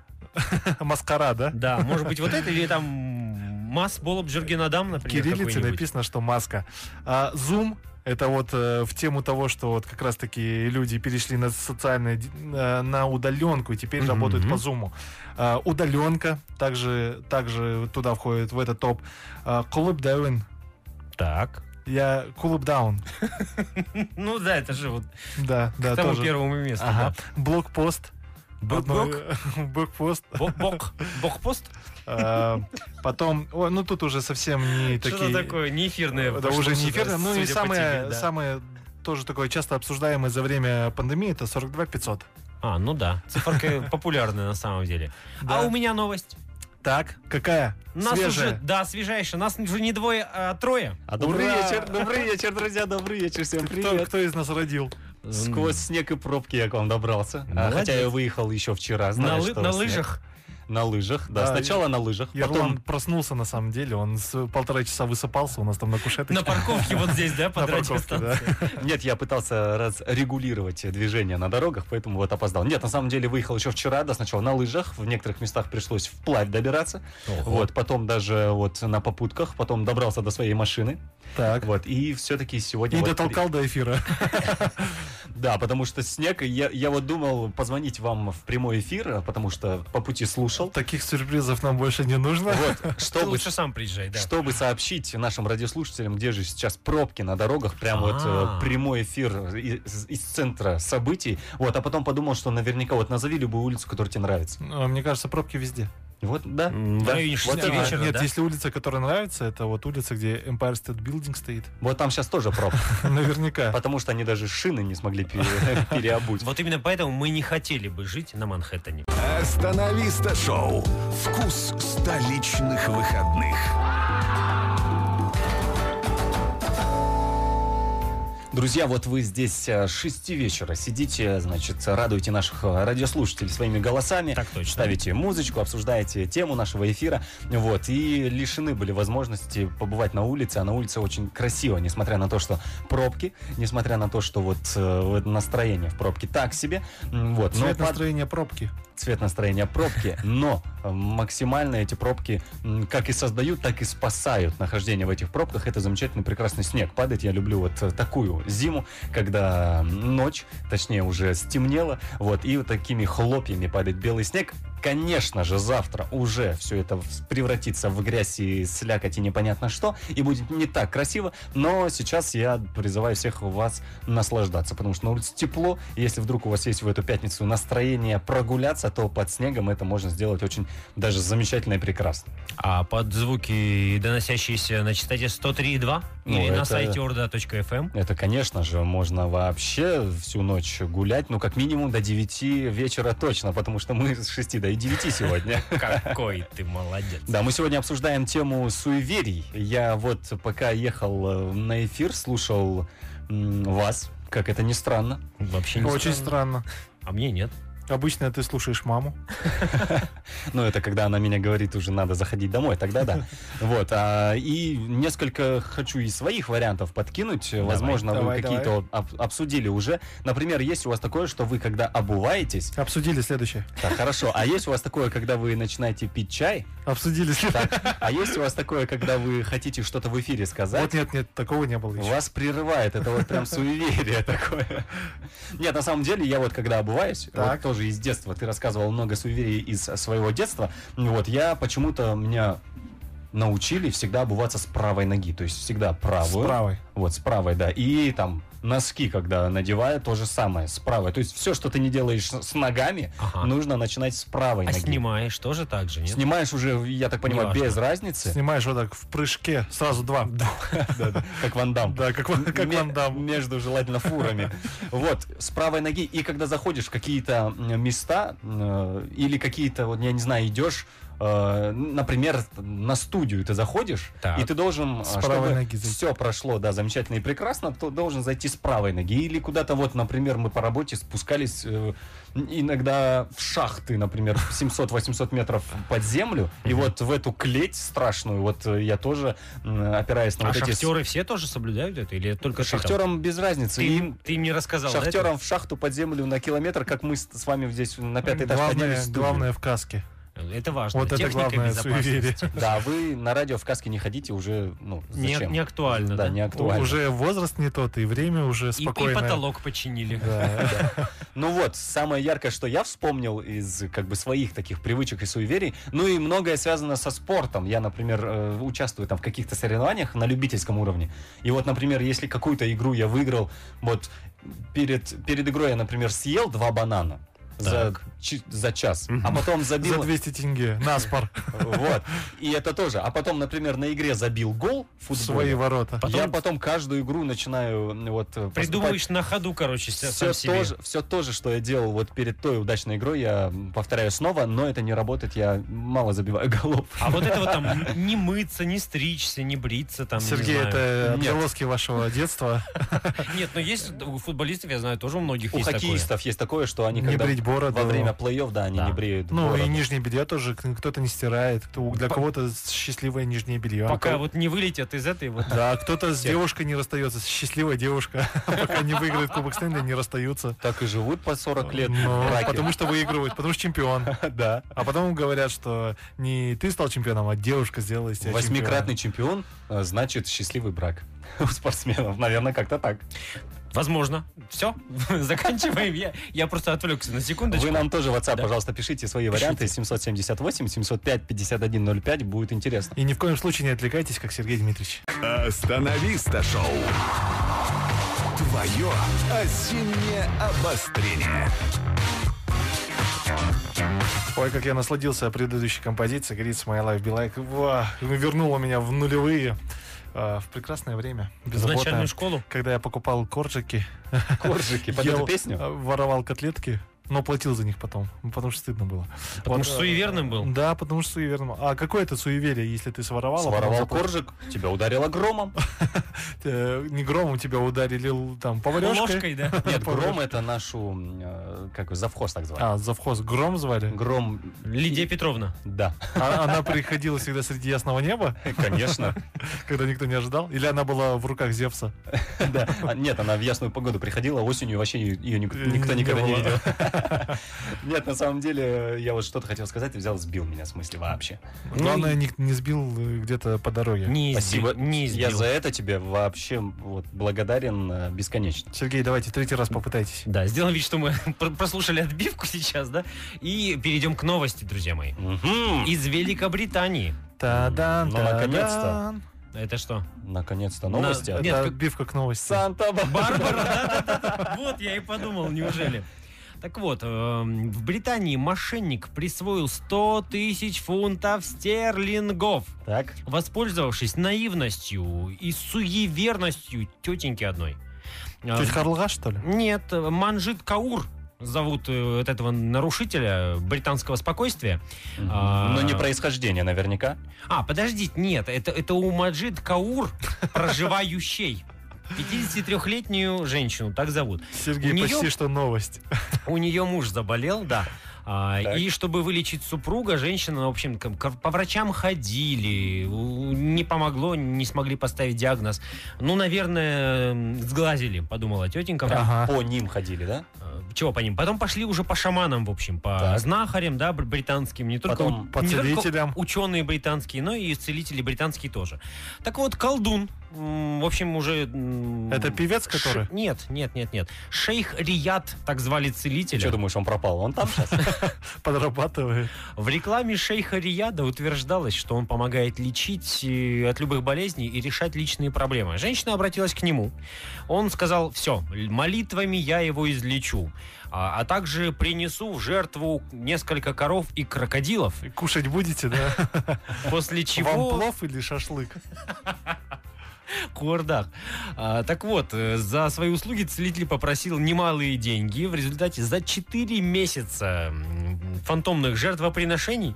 маскара, да?
Да, может быть, вот это или там мас Болоб Джергенадам, например,
кириллице
какой-нибудь?
написано, что маска. А Zoom это вот э, в тему того, что вот как раз-таки люди перешли на социальное, ди- э, на удаленку и теперь
Мгм.
работают по Zoom. А, удаленка также, также туда входит в этот топ. А, Клубдаун.
Так.
Я Клубдаун.
Ну да, это же вот
Да, да,
к тому
тоже.
первому месту.
Ага.
да.
Блокпост. Одно-
Бок-бок,
Блокпост.
бок-бок, бок-пост.
А, Потом, о, ну тут уже совсем не такие...
Что-то такое неэфирное.
Да,
пошло
уже
сюда,
не эфирное. Ну и
судя по
самое,
тебе, да.
самое тоже такое часто обсуждаемое за время пандемии, это 42 500.
А, ну да. Циферка популярная на самом деле.
Да.
А у меня новость.
Так, какая?
Нас
Свежая.
уже, да, свежайшая. Нас уже не двое, а трое.
А добрый
Ура!
вечер, добрый вечер, друзья, добрый вечер, всем
Кто,
привет.
кто из нас родил?
Сквозь снег и пробки я к вам добрался. А,
Молодец.
Хотя я выехал еще вчера,
На,
знаю,
лы-
что
на
снег.
лыжах.
На лыжах, да.
Да,
Сначала на лыжах,
Ерлан
потом...
проснулся на самом деле, он с полтора часа высыпался у нас там на кушетке.
На парковке вот здесь, да, под
На парковке, да.
радиостанцией.
Нет, я пытался раз- регулировать движение на дорогах, поэтому вот опоздал. Нет, на самом деле выехал еще вчера, да, сначала на лыжах, в некоторых местах пришлось вплавь добираться. Вот, потом даже вот на попутках, потом добрался до своей машины.
Так.
Вот, и все-таки сегодня...
И
вот
дотолкал до эфира.
Да, потому что снег, и я, я вот думал позвонить вам в прямой эфир, потому что по пути слушал.
Таких сюрпризов нам больше не нужно.
Вот,
Ты
чтобы,
лучше сам приезжай, да.
чтобы сообщить нашим радиослушателям, где же сейчас пробки на дорогах, прям вот
А.
э, прямой эфир и- из, из центра событий. Вот, а потом подумал, что наверняка вот назови любую улицу, которая тебе нравится.
А, Мне кажется, пробки везде.
Вот, да.
М, в
да.
районе
Вот,
шести
это-
А,
вечера,
Нет,
да?
если улица, которая нравится, это вот улица, где Empire State Building стоит.
вот там сейчас тоже пробка,
Наверняка.
потому что они даже шины не смогли пере- переобуть.
Вот именно поэтому мы не хотели бы жить на Манхэттене.
Остановиста шоу. Вкус столичных выходных.
Друзья, вот вы здесь э, с 6 вечера сидите, значит, радуете наших э, радиослушателей своими голосами.
Так точно.
Ставите музычку, обсуждаете тему нашего эфира. Вот, и лишены были возможности побывать на улице, а на улице очень красиво, несмотря на то, что пробки, несмотря на то, что вот, э, вот настроение в пробке так себе. М, Вот, но
ну,
Цвет
под-
настроения пробки.
цвет настроения пробки, но э, максимально эти пробки м, как и создают, так и спасают нахождение в этих пробках. Это замечательный прекрасный снег падает. Я люблю вот э, такую зиму, когда м, ночь, точнее уже стемнело, вот, и вот такими хлопьями падает белый снег. Конечно же, завтра уже все это вс- превратится в грязь и слякоть и непонятно что, и будет не так красиво, но сейчас я призываю всех вас наслаждаться, потому что на улице тепло, и если вдруг у вас есть в эту пятницу настроение прогуляться, то под снегом это можно сделать очень даже замечательно и прекрасно.
А под звуки, доносящиеся на частоте 103.2
Ну,
или на
это-
сайте orda.fm,
Это, конечно же, можно вообще всю ночь гулять, ну, как минимум до 9 вечера точно, потому что мы с 6 до 9 сегодня.
какой ты молодец.
Да, мы сегодня обсуждаем тему суеверий. Я вот пока ехал э, на эфир, слушал м, вас, как это ни странно.
Вообще не
Очень странно.
А мне нет.
Обычно ты слушаешь маму.
Но Ну, это когда она меня говорит, уже надо заходить домой, тогда да. Вот, а, и несколько хочу и своих вариантов подкинуть. Возможно,
давай,
вы какие-то об- обсудили уже. Например, есть у вас такое, что вы когда обуваетесь,
Обсудили следующее.
так, хорошо, а есть у вас такое, когда вы начинаете пить чай,
Обсудили следующее.
так, а есть у вас такое, когда вы хотите что-то в эфире сказать,
Вот нет, нет, такого не было еще.
Вас прерывает, это вот прям суеверие такое. Нет, на самом деле, я вот когда обуваюсь, вот
Так.
тоже из детства, ты рассказывал много суеверий из своего детства, вот я почему-то, меня научили всегда обуваться с правой ноги, то есть всегда правую.
С правой.
Вот, с правой, да. И там носки, когда надеваю, то же самое, с правой. То есть все, что ты не делаешь с с ногами,
Ага.
нужно начинать с правой
А
ноги.
снимаешь тоже так же, нет?
Снимаешь уже, я так понимаю,
Неважно.
без разницы,
Снимаешь вот так в прыжке сразу два.
как Ван Дам.
Да, как Ван- как
Ме-
Ван Дамм.
Между, желательно, фурами. Вот, с правой ноги. И когда заходишь в какие-то м, места э, или какие-то, вот я не знаю, идешь, э, например, на студию ты заходишь,
Так.
и ты должен,
С правой ноги зайти.
все прошло, да, замечательно и прекрасно, то должен зайти с правой ноги. Или куда-то, вот, например, мы по работе спускались э, иногда в шахты, например, 700-800 метров под землю, и вот в эту клеть страшную, вот э, я тоже, м, опираясь на
А
вот эти... с-
шахтеры все тоже соблюдают это? Или это только шахтеры?
Шахтерам без разницы.
Ты,
им
им- ты им не рассказал, да,
шахтерам в шахту под землю на километр, как мы с с вами здесь на пятый этаж ходили в
Главное,
студию.
главное в каске.
это? Это важно.
Вот это
Техника
главное
безопасности.
суеверие.
Да, вы на радио в каске не ходите уже, ну,
Не,
зачем?
не актуально, да?
Да, не актуально.
Уже возраст не тот, и время уже
И, и
спокойное.
потолок починили.
Ну вот, самое яркое, что я вспомнил из как бы своих таких привычек и суеверий, ну и многое связано со спортом. Я, например, э, участвую там в каких-то соревнованиях на любительском уровне. И вот, например, если какую-то игру я выиграл, вот перед, перед игрой я, например, съел два банана за, чи- за час, а потом
За
забил
200 тенге. На спор.
Вот. И это тоже. А потом, например, на игре забил гол в
В
футболе.
свои ворота.
Я потом каждую игру начинаю м, вот э,
Придумываешь на ходу, короче,
поступать.
ся- сам
все
себе.
то, же, все то же, что я делал вот перед той удачной игрой, я м, повторяю снова, но это не работает, я мало забиваю голов.
А вот этого там не мыться, не стричься, не бриться там. не
Сергей,
знаю.
это
Нет.
отголоски вашего детства.
Нет, но есть у футболистов, я знаю, тоже у многих
У
есть
хоккеистов есть такое, что они
Не
когда
брить бороду.
во время плей-офф, да, они
Да.
не бреют
Ну, и
бороду.
нижнее белье тоже к- кто-то не стирает. кто- Для кого-то счастливое нижнее белье. А
такое. Пока вот не вылетят из этой вот.
Да, кто-то с девушкой не расстается. Счастливая девушка. Пока не выиграет Кубок Стэнли, не расстаются.
Так и живут по 40 лет
Но
в браке.
Ну, потому что выигрывают, потому что чемпион.
Да.
А потом говорят, что не ты стал чемпионом, а девушка сделала из тебя
Восьмикратный чемпион, э, значит, счастливый брак у спортсменов. Наверное, как-то так.
Возможно. Все, заканчиваем. Я, я просто отвлекся на секундочку.
Вы нам тоже в WhatsApp,
Да.
пожалуйста, пишите свои варианты. 778 705 5105 будет интересно.
чемпиона. И ни в коем случае не отвлекайтесь, как Сергей Дмитриевич.
Остановиста шоу. Твое осеннее обострение.
Ой, как я насладился предыдущей композицией Гриц My Life Be Like. Ва, вернула меня в нулевые. а, в прекрасное время.
в
беззаботное.
начальную школу.
Когда я покупал коржики,
Коржики под
ел,
эту песню.
а, воровал котлетки, но платил за них потом, ну, потому что стыдно было.
Потому
Вот,
что
э,
суеверным был.
Да, потому что суеверным. А какое это суеверие, если ты своровал? а потом
Своровал
заплатил?
коржик, тебя ударило громом.
Э, не громом тебя ударили л- там поварешкой.
Ложкой, да.
Нет, гром это нашу, э, как его, завхоз так звали.
А, завхоз Гром звали?
Гром,
Лидия Петровна.
да,
А она приходила всегда среди ясного неба,
конечно.
когда никто не ожидал? Или она была в руках Зевса?
Да. А, Нет, она в ясную погоду приходила, осенью вообще ее ник- никто
Не
никогда не
было.
видел. Нет, на самом деле, э, я вот что-то хотел сказать, и взял, сбил меня с мысли вообще.
Главное, не, не сбил э, где-то по дороге.
Не
Спасибо.
избил. Не
Я
избил.
за это тебе вообще вот, благодарен э, бесконечно.
Сергей, давайте третий раз попытайтесь.
Да, сделаем вид, что мы про- прослушали отбивку сейчас, да? И перейдем к новости, друзья мои.
Мгм.
Из Великобритании.
Та-дан,
Ну,
та-дан.
наконец-то.
Это что?
Наконец-то новости.
На-
от
Это
Нет, как-
отбивка к новости.
Санта-Барбара.
Вот я и подумал, неужели? Так вот, эм, в Британии мошенник присвоил 100 тысяч фунтов стерлингов,
Так,
воспользовавшись наивностью и суеверностью тетеньки одной. Э,
Чуть Харлга, что ли?
Нет, э, Манжит Каур зовут э, вот этого нарушителя британского спокойствия. А.
но Ну, не происхождение наверняка.
А, подождите, нет, это, это у Маджид Каур, проживающей. 53-летнюю женщину, так зовут.
Сергей,
У неё-
почти что новость.
У нее муж заболел, да. А,
Так.
и чтобы вылечить супруга, женщина, в общем, к- к- по врачам ходили, у- не помогло, не смогли поставить диагноз. Ну, наверное, м, сглазили, подумала тетенька.
Ага.
По ним ходили, да?
Э, Чего по ним? Потом пошли уже по шаманам, в общем, по
Так.
знахарям, да, бр- британским, не только,
Потом
у-
по
не только
целителям.
ученые британские, но и целители британские тоже. Так вот, колдун, м, в общем, уже... м,
Это певец, который?
Ш- Нет, нет, нет, нет. Шейх Рият, так звали
Ты
целителя.
что думаешь, он пропал? Он там сейчас?
Подрабатывает.
В рекламе шейха Рияда утверждалось, что он помогает лечить э, от любых болезней и решать личные проблемы. Женщина обратилась к нему. Он сказал, все, молитвами я его излечу, а, а также принесу в жертву несколько коров и крокодилов,
Кушать будете, да?
после
Вам
чего...
плов или шашлык?
Курдах. А, так вот, э, за свои услуги целитель попросил немалые деньги. В результате за 4 месяца м, фантомных жертвоприношений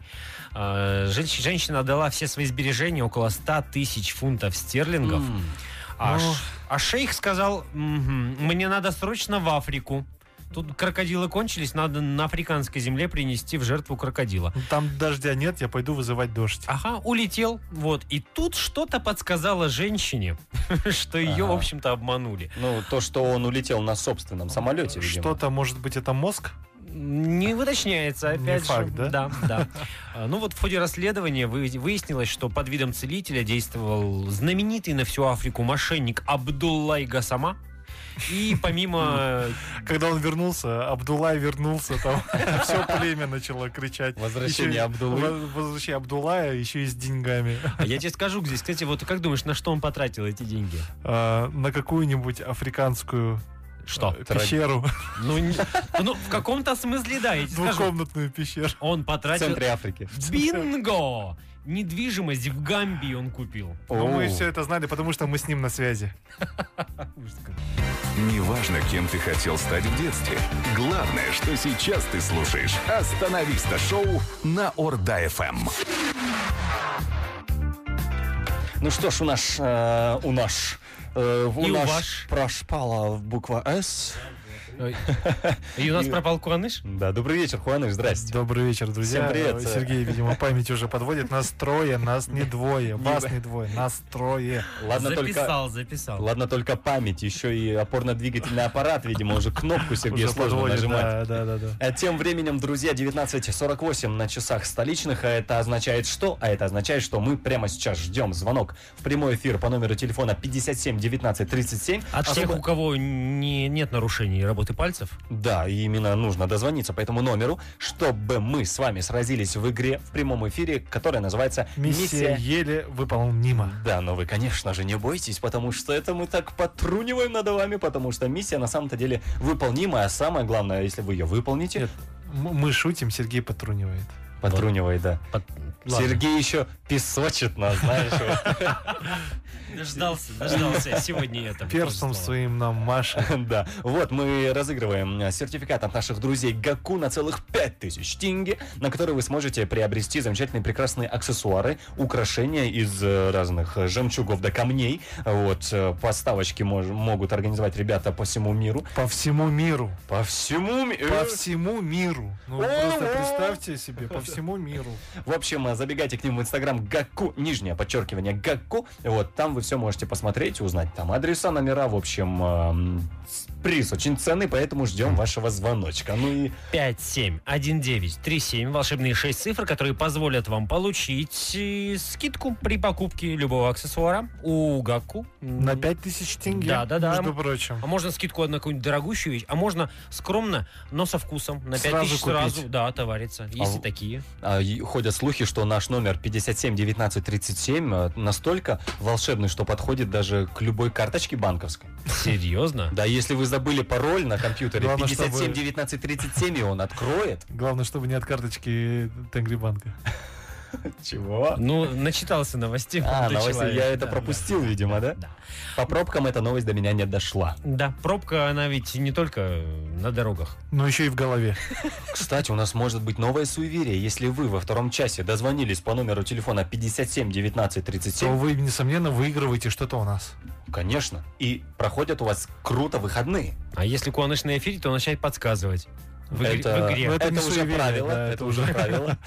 а, женщ- женщина отдала все свои сбережения, около 100 тысяч фунтов стерлингов.
М.
А,
ну.
ш- а шейх сказал, «Мгм, мне надо срочно в Африку. Тут крокодилы кончились, надо на африканской земле принести в жертву крокодила.
Там дождя нет, я пойду вызывать дождь.
Ага, улетел. Вот. И тут что-то подсказало женщине, что ее, в
Ага.
общем-то, обманули.
Ну, то, что он улетел на собственном самолете, видимо.
Что-то, может быть, это мозг?
Не уточняется,
Не
опять же.
факт, да?
Да, да. А, Ну вот в ходе расследования вы- выяснилось, что под видом целителя действовал знаменитый на всю Африку мошенник Абдуллай Гасама. И помимо... а
Когда он вернулся, Абдулай вернулся, там все племя начало кричать.
Возвращение
Ещё и-
Абдулы.
во- Возвращение Абдулая, еще и с деньгами.
А Я тебе скажу, здесь, кстати, вот как думаешь, на что он потратил эти деньги?
А, На какую-нибудь африканскую
Что?
э, пещеру,
Ну, не- ну, в каком-то смысле, да, я тебе скажу.
двухкомнатную пещеру.
Он
В
потратил...
центре Африки.
Бинго! Недвижимость в Гамбии он купил.
Но Ну, мы
Оу.
все это знали, потому что мы с ним на связи.
Неважно, кем ты хотел стать в детстве. Главное, что сейчас ты слушаешь «Остановиста» шоу на Орда-ФМ.
Ну что ж, у нас, э, у нас, э, у
И у
нас
ваш.
прошпала буква С.
Ой. И у нас
И-
пропал Куаныш?
Да, добрый вечер, Хуаныш, здрасте.
Добрый вечер, друзья.
Всем привет.
Э, Сергей, видимо, память уже подводит. Нас трое, нас не двое. Вас не двое, нас трое.
Ладно только,
записал, записал.
ладно только память, еще и опорно-двигательный аппарат, видимо, уже кнопку Сергею
Уже
сложно
подводит,
нажимать.
Да, да, да, да.
А Тем временем, друзья, 19.48 на часах столичных, а это означает что? А это означает, что мы прямо сейчас ждем звонок в прямой эфир по номеру телефона 57 19 37.
От
Особо-
всех, у кого не, нет нарушений работы пальцев.
Да, и именно нужно дозвониться по этому номеру, чтобы мы с вами сразились в игре в прямом эфире, которая называется
Миссия
«Миссия».
еле выполнима.
Да, но вы, конечно же, не бойтесь, потому что это мы так потруниваем над вами, потому что миссия на самом-то деле выполнима, а самое главное, если вы ее выполните,
Нет, м- мы шутим, Сергей потрунивает.
потрунивает, да.
Под- Ладно.
Сергей еще песочит нас, знаешь. вот.
Дождался, дождался сегодня это.
Перстом своим нам Маша.
Да. Вот, мы разыгрываем э, сертификат от наших друзей Гаку на целых 5000 тенге, на которые вы сможете приобрести замечательные прекрасные аксессуары, украшения из э, разных э, жемчугов до камней. Вот, э, поставочки мож- могут организовать ребята по всему миру.
По всему миру.
По всему миру.
По всему миру. Ну,
О-о.
просто представьте себе, по всему миру.
В общем, э, забегайте к ним в инстаграм Гаку, нижнее подчеркивание Гаку. Вот там вы все можете посмотреть, узнать там адреса, номера, в общем, эм, с- сюрприз очень ценный, поэтому ждем вашего звоночка. Ну и
571937, волшебные 6 цифр, которые позволят вам получить э, скидку при покупке любого аксессуара у Гаку.
На 5000 тенге,
Да-да-да.
между прочим.
А можно скидку на какую-нибудь дорогущую вещь, а можно скромно, но со вкусом. На 5
Сразу
тысяч
купить.
сразу, да, товарится. Есть и
в-
такие.
а, и ходят слухи, что наш номер 57 19 37 э, настолько волшебный, что подходит даже к любой карточке банковской.
Серьезно?
Да, если вы забыли пароль на компьютере,
Главное,
57
чтобы-
19 37 и он откроет.
Главное, чтобы не от карточки Тенгрибанка.
Чего?
Ну, начитался новостей.
А,
ты
новости,
человек.
я это
Да,
пропустил, видимо, да?
да.
По пробкам эта новость до меня не дошла.
Да, пробка, она ведь не только э, на дорогах.
Но еще и в голове.
Кстати, у нас может быть новое суеверие. Если вы во втором часе дозвонились по номеру телефона 57 19
То
37,
вы, несомненно, выигрываете что-то у нас.
конечно, и проходят у вас круто выходные.
А если Куаныш на эфире, то он начинает подсказывать. В, игре- в игре.
Ну, это
это
не
уже
суеверие,
правило,
да,
это,
это
уже
уже.
правило.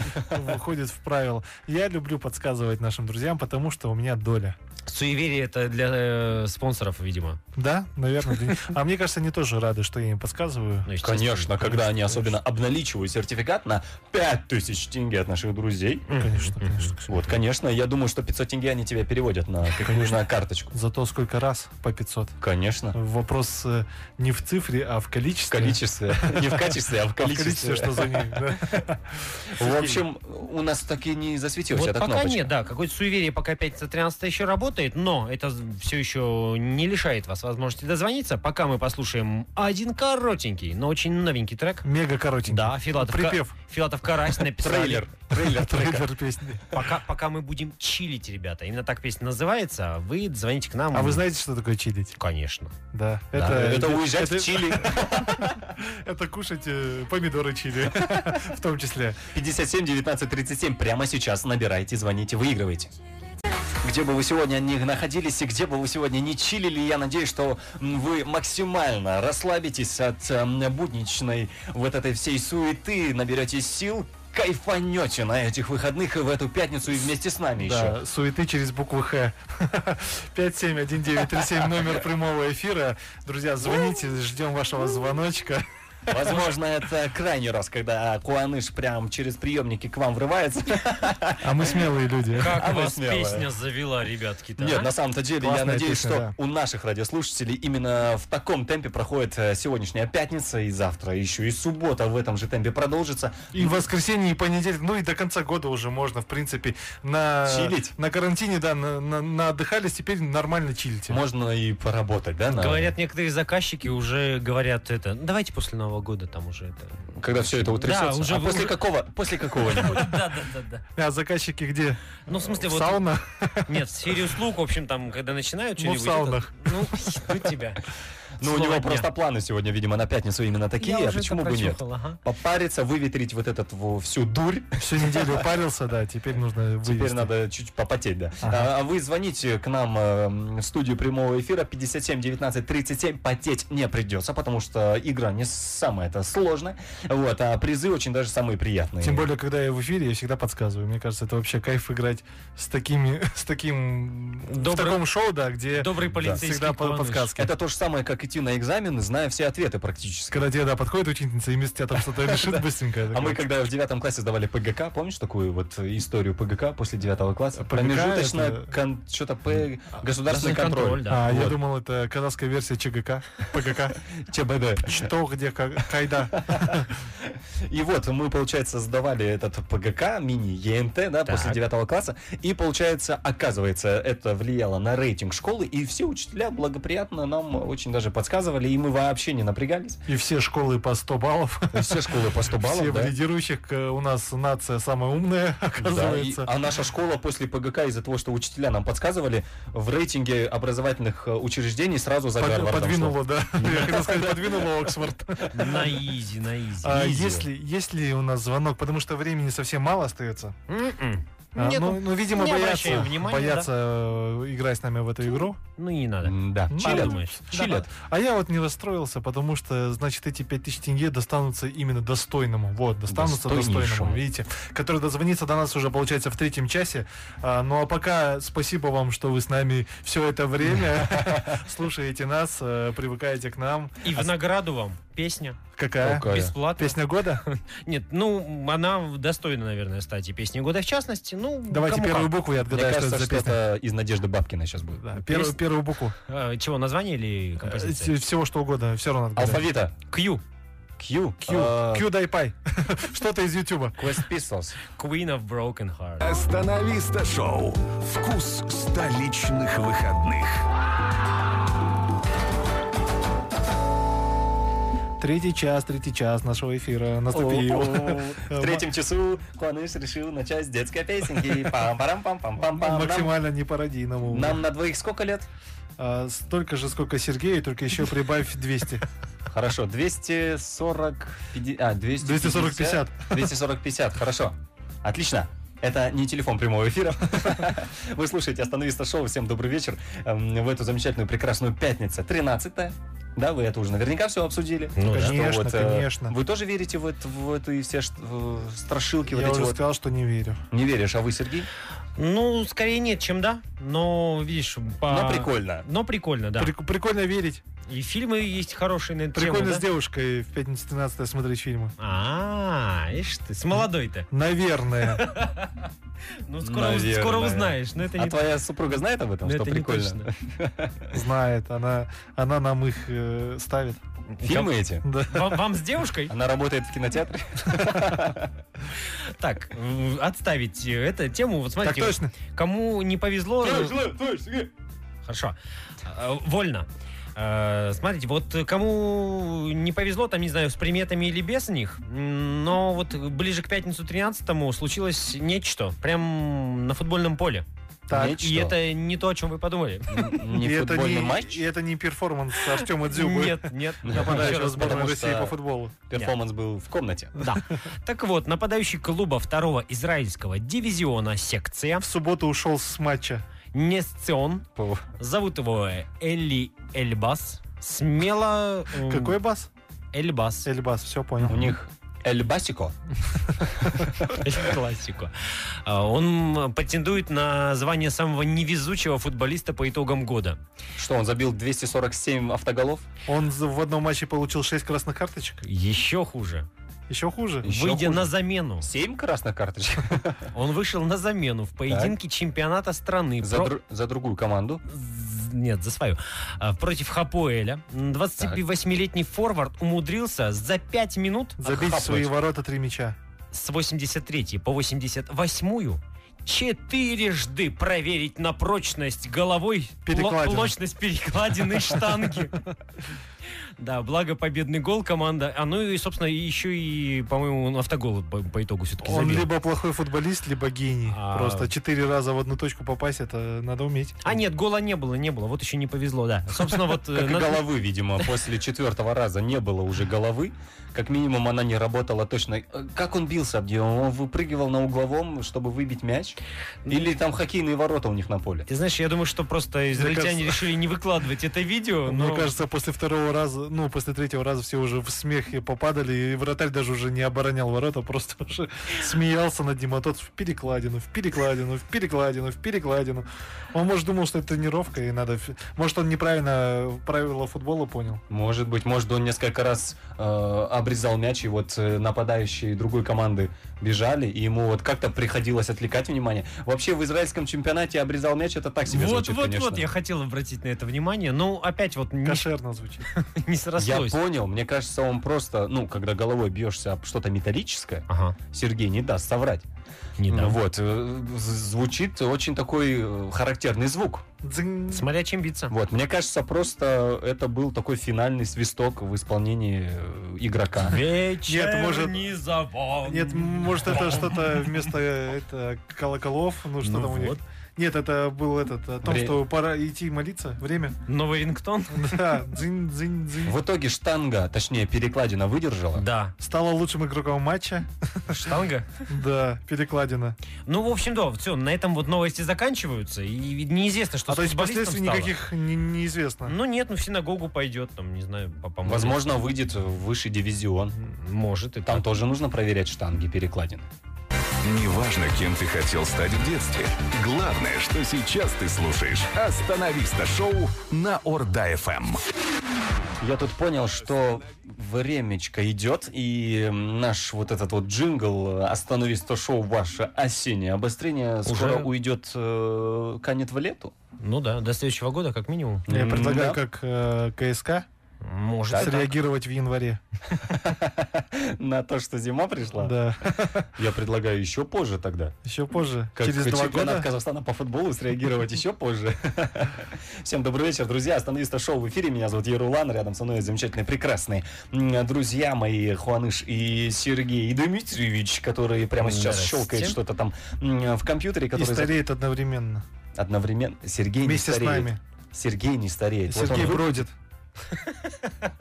Выходит в правило. Я люблю подсказывать нашим друзьям, потому что у меня доля.
Суеверие это для э, спонсоров, видимо.
Да, наверное. для них. А мне кажется, они тоже рады, что я им подсказываю.
Ну, естественно.
Конечно, когда они особенно обналичивают сертификат на 5000 тенге от наших друзей.
Конечно, конечно.
Вот, конечно, я думаю, что 500 тенге они тебе переводят на как нужную карточку.
Зато сколько раз по 500.
Конечно.
Вопрос э, не в цифре, а в
В
количестве.
количестве. Не в качестве, а в
А в количестве,
количестве.
что за ним. да.
В общем, у нас таки не засветилась
Вот
эта
пока
кнопочка.
нет, да, какое-то суеверие пока пятница 13 еще работает, но это все еще не лишает вас возможности дозвониться, пока мы послушаем один коротенький, но очень новенький трек.
Мега коротенький.
Да, Филатов, Ка-
Припев.
Филатов Карась написали.
Трейлер. Трейлер трека.
Трейлер песни.
Пока, пока мы будем чилить, ребята. Именно так песня называется. Вы звоните к нам.
А вы знаете, что такое чилить?
Конечно.
Да.
Да, Э, Это уезжать
это-
в Чили.
Это кушать э, помидоры чили. В том числе.
57 19 37 прямо сейчас набирайте, звоните, выигрывайте. Где бы вы сегодня ни находились и где бы вы сегодня не чилили, я надеюсь, что м, вы максимально расслабитесь от эм, будничной вот этой всей суеты, наберете сил, кайфанете на этих выходных и в эту пятницу и вместе с нами еще.
Да, суеты через букву Х. 571937 номер прямого эфира. Друзья, звоните, ждем вашего звоночка.
Возможно, это крайний раз, когда Куаныш прям через приемники к вам врывается.
А мы смелые люди.
Как
А вы
вас
смелая.
песня завела, ребятки-то?
Нет,
а?
на самом-то деле, я
Классная
надеюсь,
песня,
что
да.
у наших радиослушателей именно в таком темпе проходит э, сегодняшняя пятница, и завтра еще и суббота в этом же темпе продолжится.
И в воскресенье, и понедельник, ну и до конца года уже можно, в принципе, на,
Чилить.
на карантине, да, на, на- наотдыхались, теперь нормально чилите.
Можно и поработать, да? на-
Говорят, некоторые заказчики уже говорят это. «Ну, Давайте после Нового года там уже это.
когда все это утрясется.
Да, уже-
а после
уже-
какого? После какого-нибудь.
Да, да, да, да.
А заказчики где?
Ну, в смысле,
В
вот.
Сауна?
Нет, в сфере услуг, в общем, там, когда начинают
Ну, в
что-нибудь.
саунах.
это- Ну, ну тебя.
Ну, у
Слово
него
дня.
просто планы сегодня, видимо, на пятницу именно такие,
Я
а
уже
почему
это
бы нет?
прочухал, ага.
Попариться, выветрить вот этот во- всю дурь.
Всю неделю парился, да, теперь нужно вывести.
Теперь надо чуть попотеть, да. А, А вы звоните к нам эм, в студию прямого эфира 57 19 37. Потеть не придется, потому что игра не самая это сложная. Вот, а призы очень даже самые приятные.
Тем более, когда я в эфире, я всегда подсказываю. Мне кажется, это вообще кайф играть с такими, с таким, в
Добрый-
таком шоу, да, где
Добрый полицейский
всегда по-
Куаныш.
подсказки.
Это то же самое, как идти на экзамены, зная все ответы практически.
Когда тебе, да, подходит учительница и вместо тебя там что-то решит быстренько.
А мы когда в девятом классе сдавали ПГК, помнишь такую вот историю ПГК после девятого класса?
ПГК
Промежуточно,
это-
кон- что-то П... государственный контроль.
да.
А, я
Вот.
думал, это казахская версия ЧГК, ПГК.
ЧБД.
Что, где, как, когда.
И вот мы, получается, сдавали этот ПГК, мини-ЕНТ, да,
Так.
после девятого класса. И, получается, оказывается, это влияло на рейтинг школы. И все учителя благоприятно нам очень даже подсказывали. И мы вообще не напрягались.
И все школы по 100 баллов.
Все школы по 100
Все
баллов,
в
да.
лидирующих. э, У нас нация самая умная,
Да, и-
оказывается.
а наша школа после ПГК из-за того, что учителя нам подсказывали, в рейтинге образовательных э, учреждений сразу за
Под-
Гарвардом шла.
Подвинула, да. Я хотел сказать, подвинула Оксфорд.
На изи, на изи.
А,
Видео.
Если, если у нас звонок, потому что времени совсем мало остается.
М-м.
А,
Нету.
Ну, ну, видимо,
Не
боятся,
обращаем внимания,
боятся э, играть с нами в эту игру.
Ну и не надо.
Да,
Ну,
чилят.
подумаешь.
Чилят.
А я вот не расстроился, потому что, значит, эти 5000 тенге достанутся именно достойному. Вот, достанутся
Достойнейшему.
достойному, видите? Который дозвонится до нас уже, получается, в третьем часе. А, ну а пока спасибо вам, что вы с нами все это время слушаете нас, э, привыкаете к нам.
И
А
в награду вам песня
Какая?
Какая?
бесплатная.
Песня года?
Нет, ну, она достойна, наверное, стати песни года в частности. Ну,
Давайте
кому
первую
как.
букву я
Мне
отгадаю, что это
кажется,
за
что
песня.
это из Надежды Бабкиной сейчас будет.
Да, Первую
Песня?
первую букву.
А, Чего, название или
Э,
композиция?
Всего что угодно, все равно отгадаем.
Алфавита.
Q.
Q.
Q. Q дай пай. Что-то из Ютуба.
Quest Pistols.
Queen of Broken Heart.
Остановиста шоу. Вкус столичных выходных.
Третий час, третий час нашего эфира наступил.
В третьем часу Куаныш решил начать с детской песенки. пам парам пам пам пам пам
Максимально не пародийному.
Нам на двоих сколько лет?
А, столько же, сколько Сергею, только еще прибавь 200.
Хорошо, 240... пяти- А, 240-50.
240-50.
240-50, хорошо. Отлично. Это не телефон прямого эфира. Вы слушаете «Остановиста шоу». Всем добрый вечер. Эм, В эту замечательную, прекрасную пятницу, 13 да, вы это уже наверняка все обсудили.
Ну да.
Что
Конечно,
э,
конечно.
Вы тоже верите в, это- в эти все ш- в страшилки?
Я
вот эти
уже
вот?
сказал, что не верю.
Не веришь, а вы, Сергей?
Ну, скорее нет, чем да. Но, видишь, по...
Но прикольно.
Но прикольно, да.
Прик- Прикольно верить.
И фильмы есть хорошие на эту тему,
Прикольно
да?
с девушкой в пятницу 13 смотреть фильмы.
А, ишь ты, с молодой-то.
Наверное.
Ну, скоро,
Наверное.
скоро узнаешь, но это
А
не...
твоя супруга знает об этом,
но
что
это не
прикольно?
точно.
Знает. Она, она нам их э, ставит.
Фильмы эти?
Да.
Вам, вам с девушкой?
Она работает в кинотеатре?
Так, э, отставить э, эту тему. Вот
Так
смотрите,
точно.
кому не повезло... ну, Хорошо. Э, Вольно. Э, Смотрите, вот э, кому не повезло, там, не знаю, с приметами или без них, м, но вот ближе к пятницу 13 случилось нечто, прям на футбольном поле.
Так.
Нечто.
И это не то, о чем вы подумали.
Не
И это
футбольный
не,
матч?
и это не перформанс Артема Дзюбы.
Нет, нет.
Нападающего
Потому
сборной
что-
России по футболу.
Перформанс был в комнате.
Да. Так вот, нападающий клуба второго израильского дивизиона секция
В субботу ушел с матча.
Несцион, зовут его Элли Эльбас, смело... м,
Какой бас?
Эльбас.
Эльбас, все
У
понял.
них Эль Басико.
Классику. А, Он претендует на звание самого невезучего футболиста по итогам года.
Что, он забил 247 автоголов?
Он за- в одном матче получил 6 красных карточек.
Еще хуже.
Еще хуже.
Еще
Выйдя
хуже.
на замену,
7 красных карточек
он вышел на замену в поединке чемпионата страны.
за,
про-
дру- за другую команду.
З- Нет, за свою. А, Против Хапоэля. 28-летний форвард умудрился за 5 минут
Забить в
Хапнуть.
свои ворота три мяча.
с 83 по 88 четырежды проверить на прочность головой
Перекладины.
пло- прочность перекладины штанги. Да, благо победный гол команда. А ну и, собственно, еще и, по-моему, он автогол по, по итогу все-таки
Он
забил.
либо плохой футболист, либо гений.
А.
Просто четыре раза в одну точку попасть, это надо уметь.
А нет, гола не было, не было. Вот еще не повезло, да. Собственно, вот... э,
Как и
на-
головы, видимо, после четвертого раза не было уже головы. Как минимум, она не работала точно. Э, Как он бился об неё? Он выпрыгивал на угловом, чтобы выбить мяч?
Ну,
Или там хоккейные ворота у них на поле?
Ты знаешь, я думаю, что просто израильтяне
кажется-
решили не выкладывать это видео, но...
Мне кажется, после второго раза, ну, после третьего раза все уже в смех и попадали, и вратарь даже уже не оборонял ворота, просто уже смеялся над ним, а тот в перекладину, в перекладину, в перекладину, в перекладину. Он, может, думал, что это тренировка, и надо... фи- Может, он неправильно правила футбола понял.
Может быть, может, он несколько раз э, обрезал мяч, и вот э, нападающие другой команды бежали, и ему вот как-то приходилось отвлекать внимание. Вообще, в израильском чемпионате обрезал мяч, это так себе
Вот,
звучит,
вот,
конечно.
вот, я хотел обратить на это внимание, но опять вот не,
Кошерно звучит.
не
Я
срослось.
понял, мне кажется, он просто, ну, когда головой бьешься об что-то металлическое,
Ага,
Сергей не даст соврать.
не дам.
Вот, э, з- звучит очень такой э, характерный звук.
Дзынь.
Смотря чем биться.
Вот, мне кажется, просто это был такой финальный свисток в исполнении э, игрока.
Вечерний завод.
Нет, может, это что-то вместо это, колоколов, ну, что
Ну
там у них.
вот.
Нет, это был этот, о том,
Вре-
что пора идти молиться. Время.
Новый рингтон?
Да, дзынь, дзынь, дзынь.
В итоге штанга, точнее перекладина выдержала.
Да.
Стала лучшим игроком матча.
Штанга?
Да, перекладина.
Ну, в общем, да, все, на этом вот новости заканчиваются, и неизвестно, что
А
с
то есть
футболистом
последствий
стало.
никаких не- неизвестно.
Ну нет, ну в синагогу пойдет, там, не знаю, по- помолится.
Возможно, выйдет в высший дивизион.
Может и
Там
так.
тоже нужно проверять штанги, перекладины.
Неважно, кем ты хотел стать в детстве. Главное, что сейчас ты слушаешь «Остановиста» шоу на Орда-ФМ.
Я тут понял, что времечко идет, и наш вот этот вот джингл «Остановись, то шоу» ваше осеннее обострение скоро
Уже?
уйдет, э, канет в лету.
Ну да, до следующего года как минимум.
Я
М,
предлагаю
да.
как э, КСК
Может и так.
среагировать в январе.
На то, что зима пришла?
Да.
Я предлагаю еще позже тогда.
Еще позже.
Как
Через два
чемпионат
года.
Казахстана по футболу среагировать еще позже. Всем добрый вечер, друзья. Остановись, то шоу в эфире. Меня зовут Ерулан. Рядом со мной замечательные, прекрасные м, друзья мои Хуаныш и Сергей и Дмитриевич, которые прямо сейчас
Здрасте.
щелкает что-то там м, в компьютере,
И
который за-
стареет одновременно.
одновременно... Сергей
Вместе с
не стареет.
нами.
Сергей не стареет. Вот
Сергей
он вы-
бродит.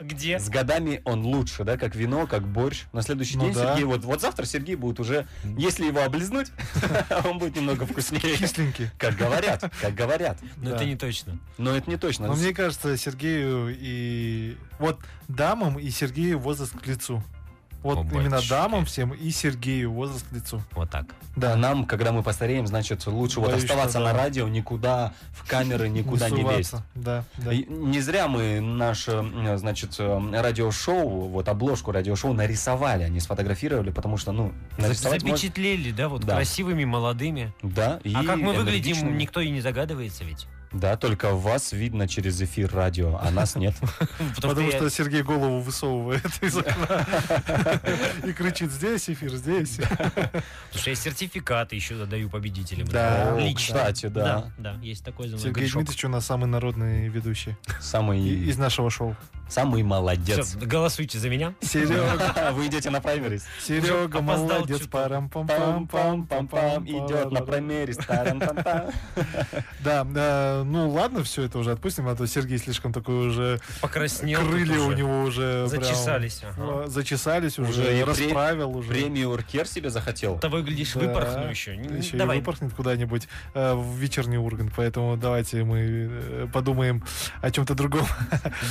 Где?
С годами он лучше, да, как вино, как борщ. На следующий
Ну
день
да.
Сергей, вот, вот завтра Сергей будет уже, если его облизнуть, он будет немного вкуснее.
Кисленький.
Как говорят, как говорят.
Ну
Да.
это не точно.
Но это не точно.
Но мне кажется, Сергею и... Вот дамам и Сергею возраст к лицу. Вот
О,
именно
батюшки.
дамам всем и Сергею возраст к лицу.
Вот так.
Да, нам, когда мы постареем, значит, лучше вот
Боюсь,
оставаться
что да.
на радио, никуда, в камеры, никуда не лезть.
суваться. Да, да.
И Не зря мы наше, м, значит, э, радиошоу, вот обложку радиошоу нарисовали, а не сфотографировали, потому что, ну, нарисовать можно-
Запечатлели, да, вот
Да.
красивыми, молодыми.
Да, и
А как мы выглядим,
энергичными.
никто и не догадывается ведь.
Да, только вас видно через эфир радио, а нас нет.
Потому что
я-
Сергей голову высовывает из окна и кричит «Здесь эфир, здесь».
потому что я сертификаты еще задаю победителям.
Да.
О,
Лично.
Кстати, да.
Да, да, есть такой за мной
Сергей
грешок.
Дмитриевич у нас самый народный ведущий и-
Самый,
из нашего шоу.
самый
Всё,
молодец.
голосуйте за меня.
Серега,
Вы идете на праймерис.
Серега,
опоздал
молодец,
чуток.
Пам-пам-пам-пам-пам,
парам-пам-пам-пам.
идет на праймерис. Тарам-там-там.
Да, да, ну ладно, все это уже отпустим, а то Сергей слишком такой уже...
Покраснел. тут
крылья у
уже.
него уже... прям,
Зачесались. ага.
э, Зачесались
Уже
уже,
и пре-
расправил уже.
Премию Уркер себе захотел.
Того и глядишь,
Да.
выпорхну еще. Н-
Еще и
Давай.
выпорхнет куда-нибудь э, в вечерний Ургант, поэтому давайте мы э, подумаем о чем-то другом.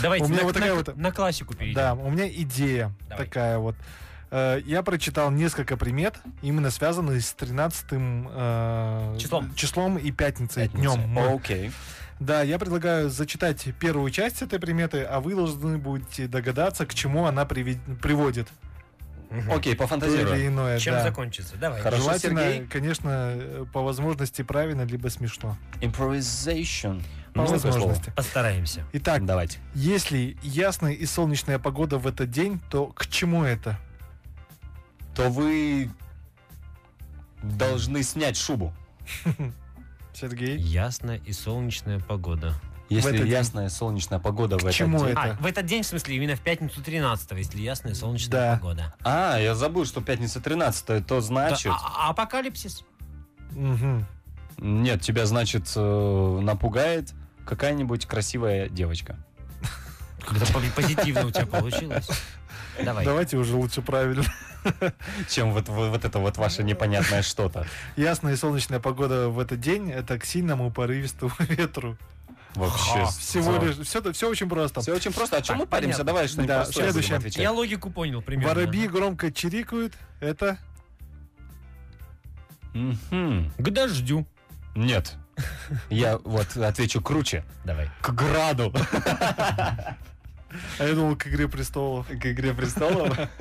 Давайте
У меня
на,
вот такая
на-
вот-
на классику перейдем.
Да, у меня идея
Давай.
такая вот. Э, Я прочитал несколько примет, именно связанные с 13
Числом.
числом и пятницей,
Пятница.
днем.
Окей.
Да, я предлагаю зачитать первую часть этой приметы, а вы должны будете догадаться, к чему она привед- приводит.
Мгм.
Окей,
То или
пофантазируем.
иное.
Чем
да.
закончится? Давай.
Хорошо,
Желательно,
Сергей.
конечно, э, по возможности правильно, либо смешно.
Improvisation.
По
Есть такое слово?
возможности.
Постараемся.
Итак,
Давайте.
если ясная и солнечная погода в этот день, то к чему это?
То вы должны снять шубу.
Сергей?
Ясная и солнечная погода.
Если
этот день.
ясная солнечная погода в
К
этот
чему
день.
это?
А, в этот день, в смысле, именно в пятницу 13 если ясная и солнечная
Да.
погода.
А, я забыл, что пятница 13 то
Да,
значит...
а- а- апокалипсис?
Мгм.
Нет, тебя, значит, э, напугает какая-нибудь красивая девочка.
Когда по- позитивно у тебя получилось. Давай.
Давайте уже лучше правильно.
Чем вот, вот, вот это вот ваше непонятное что-то.
Ясная и солнечная погода в этот день это к сильному порывистому ветру.
Вообще.
Всего лишь. Все, все очень просто.
Все очень просто. О чем
Так,
мы паримся?
понятно.
Давай что-нибудь
Да,
простое будем
следующее.
отвечать.
Я логику понял примерно.
Воробьи громко чирикают. Это
Мгм.
К дождю.
Нет. Я вот отвечу круче.
Давай.
К граду.
а я думал, к Игре престолов.
К Игре престолов.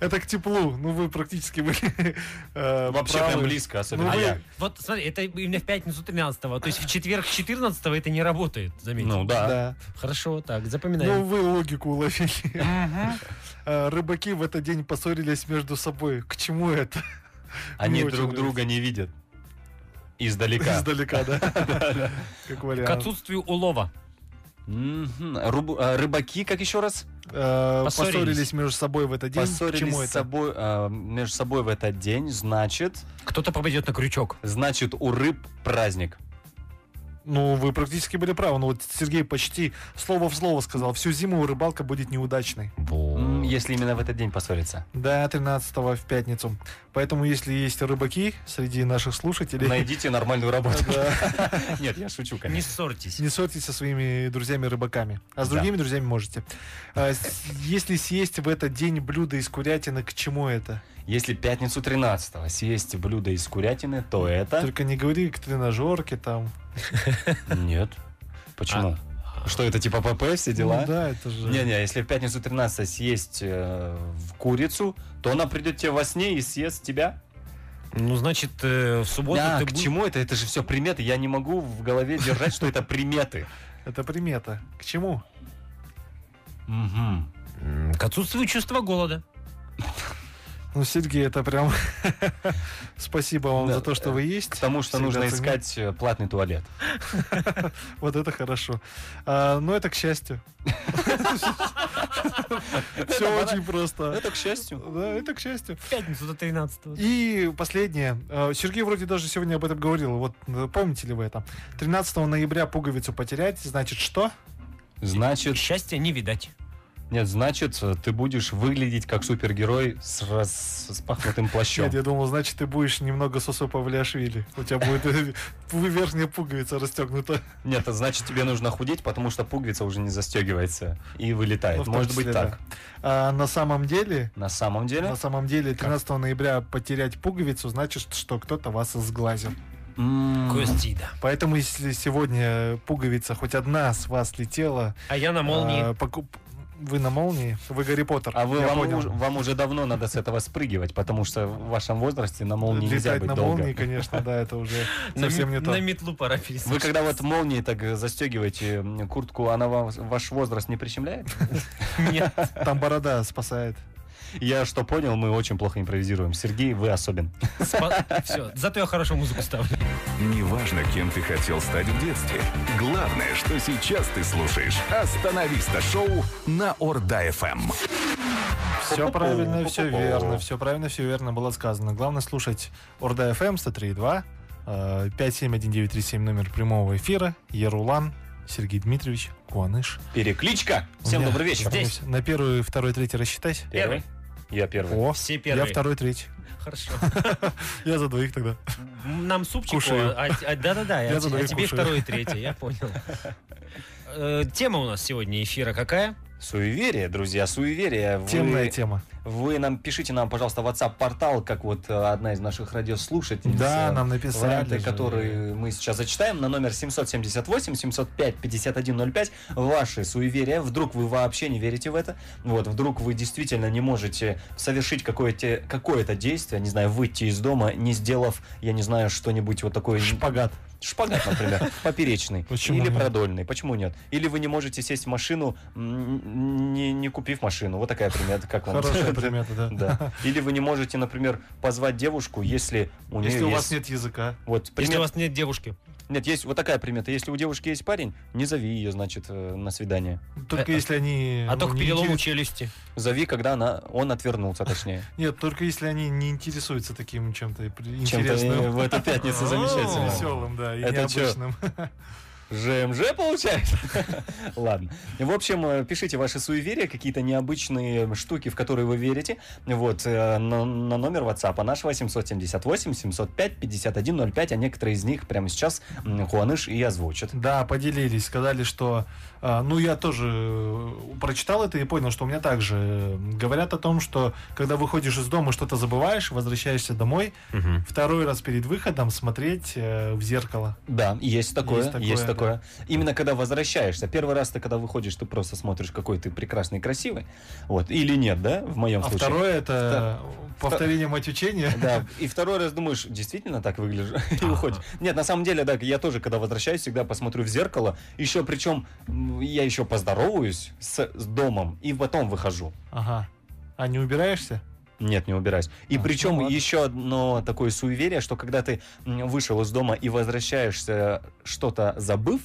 Это к теплу. Ну, вы практически были э,
Вообще
правы.
прям близко, особенно
Ну,
А
вы-
я.
я- вот смотри, это именно в пятницу 13-го. То есть в четверг 14-го это не работает, заметь.
Ну да.
Да.
Хорошо, так,
Ну,
запоминаем.
вы логику уловили. Э, Рыбаки в этот день поссорились между собой. К чему это?
Они
Мне очень
друг друга не видят. Издалека.
Издалека, да? Как
К
вариант.
отсутствию улова.
Мгм. Руб- а, Рыбаки, как еще раз?
э,
Поссорились.
поссорились между собой в этот день. К
Поссорились
чему
с
это?
собой, э, между собой в этот день, значит,
Кто-то попадет на крючок.
значит у рыб праздник.
Ну, вы практически были правы. Ну, вот Сергей почти слово в слово сказал. Всю зиму рыбалка будет неудачной.
М, Если именно в этот день поссориться.
Да, 13 в пятницу. Поэтому, если есть рыбаки среди наших слушателей,
Найдите нормальную работу. Нет, я шучу,
Не
конечно.
ссорьтесь.
не ссорьтесь со своими друзьями-рыбаками. А с
Да.
другими друзьями можете. А, с- Если съесть в этот день блюдо из курятины, к чему это?
Если пятницу 13 съесть блюдо из курятины, то это...
Только не говори к тренажерке там.
Нет. Почему? Что это, типа ПП, все дела?
Ну да, это же...
Не-не, если в пятницу 13 съесть э, в курицу, то она придет тебе во сне и съест тебя.
Ну, значит, э, в субботу
Да,
ты
к
бу-
чему это? Это же все приметы. Я не могу в голове держать, что это приметы.
Это примета. К чему?
Мгм.
М, К отсутствию чувства голода.
Ну, Сергей, это прям... Спасибо вам
Да,
за то, что вы есть.
К тому, что
Всегда
нужно
ценю.
искать э, платный туалет.
Вот это хорошо. А, но это к счастью. Все
банально.
очень просто.
к счастью.
Да, это к счастью.
В пятницу до 13
И последнее. Э, Сергей вроде даже сегодня об этом говорил. Вот э, помните ли вы это? 13 ноября пуговицу потерять, значит что?
Значит,
Счастья не видать.
нет, значит, э, ты будешь выглядеть как супергерой с распахнутым плащом.
Нет, я думал, значит, ты будешь немного сосу Павлиашвили. У тебя будет э, пу- верхняя пуговица расстегнута.
Нет, а значит, тебе нужно худеть, потому что пуговица уже не застегивается и вылетает.
Ну, в том
Может быть
числе,
так.
А на самом деле,
На самом деле,
на самом деле, 13 ноября потерять пуговицу значит, что кто-то вас сглазил.
м,
Костида.
Поэтому, если сегодня пуговица хоть одна с вас летела,
А я на молнии.
а, покуп- вы на молнии, вы Гарри Поттер.
А вы,
я
вам,
понял.
уж- вам уже давно надо с этого спрыгивать, потому что в вашем возрасте на молнии нельзя
Летать
быть
на
долго.
молнии, конечно, да, это уже
На
совсем
ме-
не то.
На метлу пора пересесть.
Вы когда вот молнии так э, застегиваете м, куртку, она вам ваш возраст не прищемляет?
Нет.
Там борода спасает.
Я что понял, мы очень плохо импровизируем. Сергей, вы особен.
Все. Зато я хорошо музыку ставлю.
Неважно, кем ты хотел стать в детстве. Главное, что сейчас ты слушаешь «Остановиста» шоу на Орда-ФМ.
Все правильно, все верно, все правильно, все верно было сказано. Главное слушать Орда FM 103.2, э, 571937 номер прямого эфира, Ерулан, Сергей Дмитриевич, Куаныш.
Перекличка!
У
Всем
меня-
добрый вечер.
Здесь.
На первую, второй, третий рассчитайся.
Первый? Я первый.
О,
Все
я
первые.
второй, третий.
Хорошо.
Я за двоих тогда.
Нам супчику.
Кушаю.
а- а- Да-да-да,
Я
а те-
задаю
а тебе
кушаю.
второе и третье, я понял. Э, Тема у нас сегодня эфира какая?
Суеверие, друзья, суеверие. Вы-
Темная тема.
Вы нам пишите нам, пожалуйста, WhatsApp-портал, как вот э, одна из наших радиослушательниц.
Да,
э,
нам написали
Варианты,
же.
которые мы сейчас зачитаем, на номер 778-705-5105. Ваши суеверия. Вдруг вы вообще не верите в это. Вот, вдруг вы действительно не можете совершить какое-то какое действие, не знаю, выйти из дома, не сделав, я не знаю, что-нибудь вот такое...
Шпагат.
Шпагат, например, поперечный.
Почему
Или
нет?
продольный. Почему нет? Или вы не можете сесть в машину, м, не, не купив машину. Вот такая примета, как вам.
Хорошая примета, да.
Да. Или вы не можете, например, позвать девушку, если у нее
Если у вас нет
есть-
языка.
Вот,
Если
примет-
у вас нет девушки.
Нет, есть вот такая примета. Если у девушки есть парень, не зови ее, значит, э, на свидание.
Только
Э,
если они...
А
ну,
то к
не
перелому
интерес-
челюсти.
Зови, когда она... он отвернулся, точнее.
Нет, только если они не интересуются таким чем-то при-
Чем-то э,
интересным.
в эту пятницу
А,
замечательно.
Веселым, да, и
Это чё?
необычным.
ЖМЖ получается? Ладно. В общем, э, пишите ваши суеверия, какие-то необычные штуки, в которые вы верите. Вот, э, на, на номер WhatsApp а нашего 778-705-5105, а некоторые из них прямо сейчас м, Хуаныш и озвучат.
Да, поделились, сказали, что... а, Ну, я тоже э, прочитал это и понял, что у меня также э, говорят о том, что когда выходишь из дома, что-то забываешь, возвращаешься домой, второй раз перед выходом смотреть э, в зеркало.
Да, есть такое, есть
Есть
такое.
такое,
Именно когда возвращаешься. Первый раз ты, когда выходишь, ты просто смотришь, какой ты прекрасный, красивый. Вот. Или нет, да, в моем
А
случае.
второе это повторение мать учения.
Да, и второй раз думаешь, действительно так выгляжу, и уходишь. Нет, на самом деле, да, я тоже, когда возвращаюсь, всегда посмотрю в зеркало, еще причем м, я еще поздороваюсь с, с домом, и потом выхожу.
Ага. А не убираешься?
Нет, не убираюсь. И
А,
причем
ну ладно.
еще одно такое суеверие, что когда ты м, вышел из дома и возвращаешься, что-то забыв,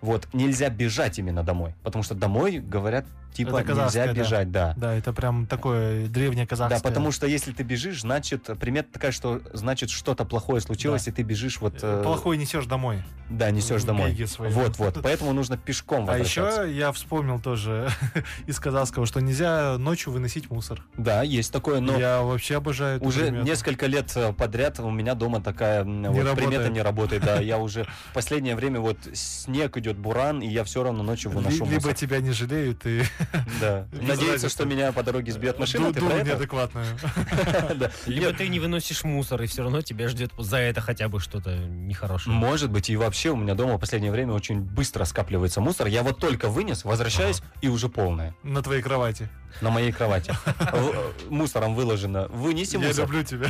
Вот, нельзя бежать именно домой, потому что домой, говорят, типа,
Это казахское,
нельзя
да.
бежать, да.
Да, это прям такое древнее казахское.
Да, потому что если ты бежишь, значит, примета такая, что значит что-то плохое случилось,
Да.
и ты бежишь вот...
Э,
э,
Плохой несешь домой.
Да, несешь домой.
беги свои.
Вот-вот, поэтому нужно пешком
А
возвращаться.
еще я вспомнил тоже из казахского, что нельзя ночью выносить мусор.
Да, есть такое, но...
Я вообще обожаю эту
Ну, Уже
примету.
несколько лет э, подряд у меня дома такая м, вот
работает.
примета не работает. Да, я уже в последнее время вот снег идет буран, и я все равно ночью выношу
Ли- Либо
мусор.
тебя не жалеют и
Да.
без
Надеется,
разницы.
что меня по дороге сбьет машина.
ду-
Ты про
думу
это?
неадекватную.
Да.
Либо ты не выносишь мусор, и все равно тебя ждет за это хотя бы что-то нехорошее.
Может быть, и вообще у меня дома в последнее время очень быстро скапливается мусор. Я вот только вынес, возвращаюсь, и уже полное.
На твоей кровати.
На моей кровати. В- Мусором выложено. Вынеси
Я
мусор.
люблю тебя.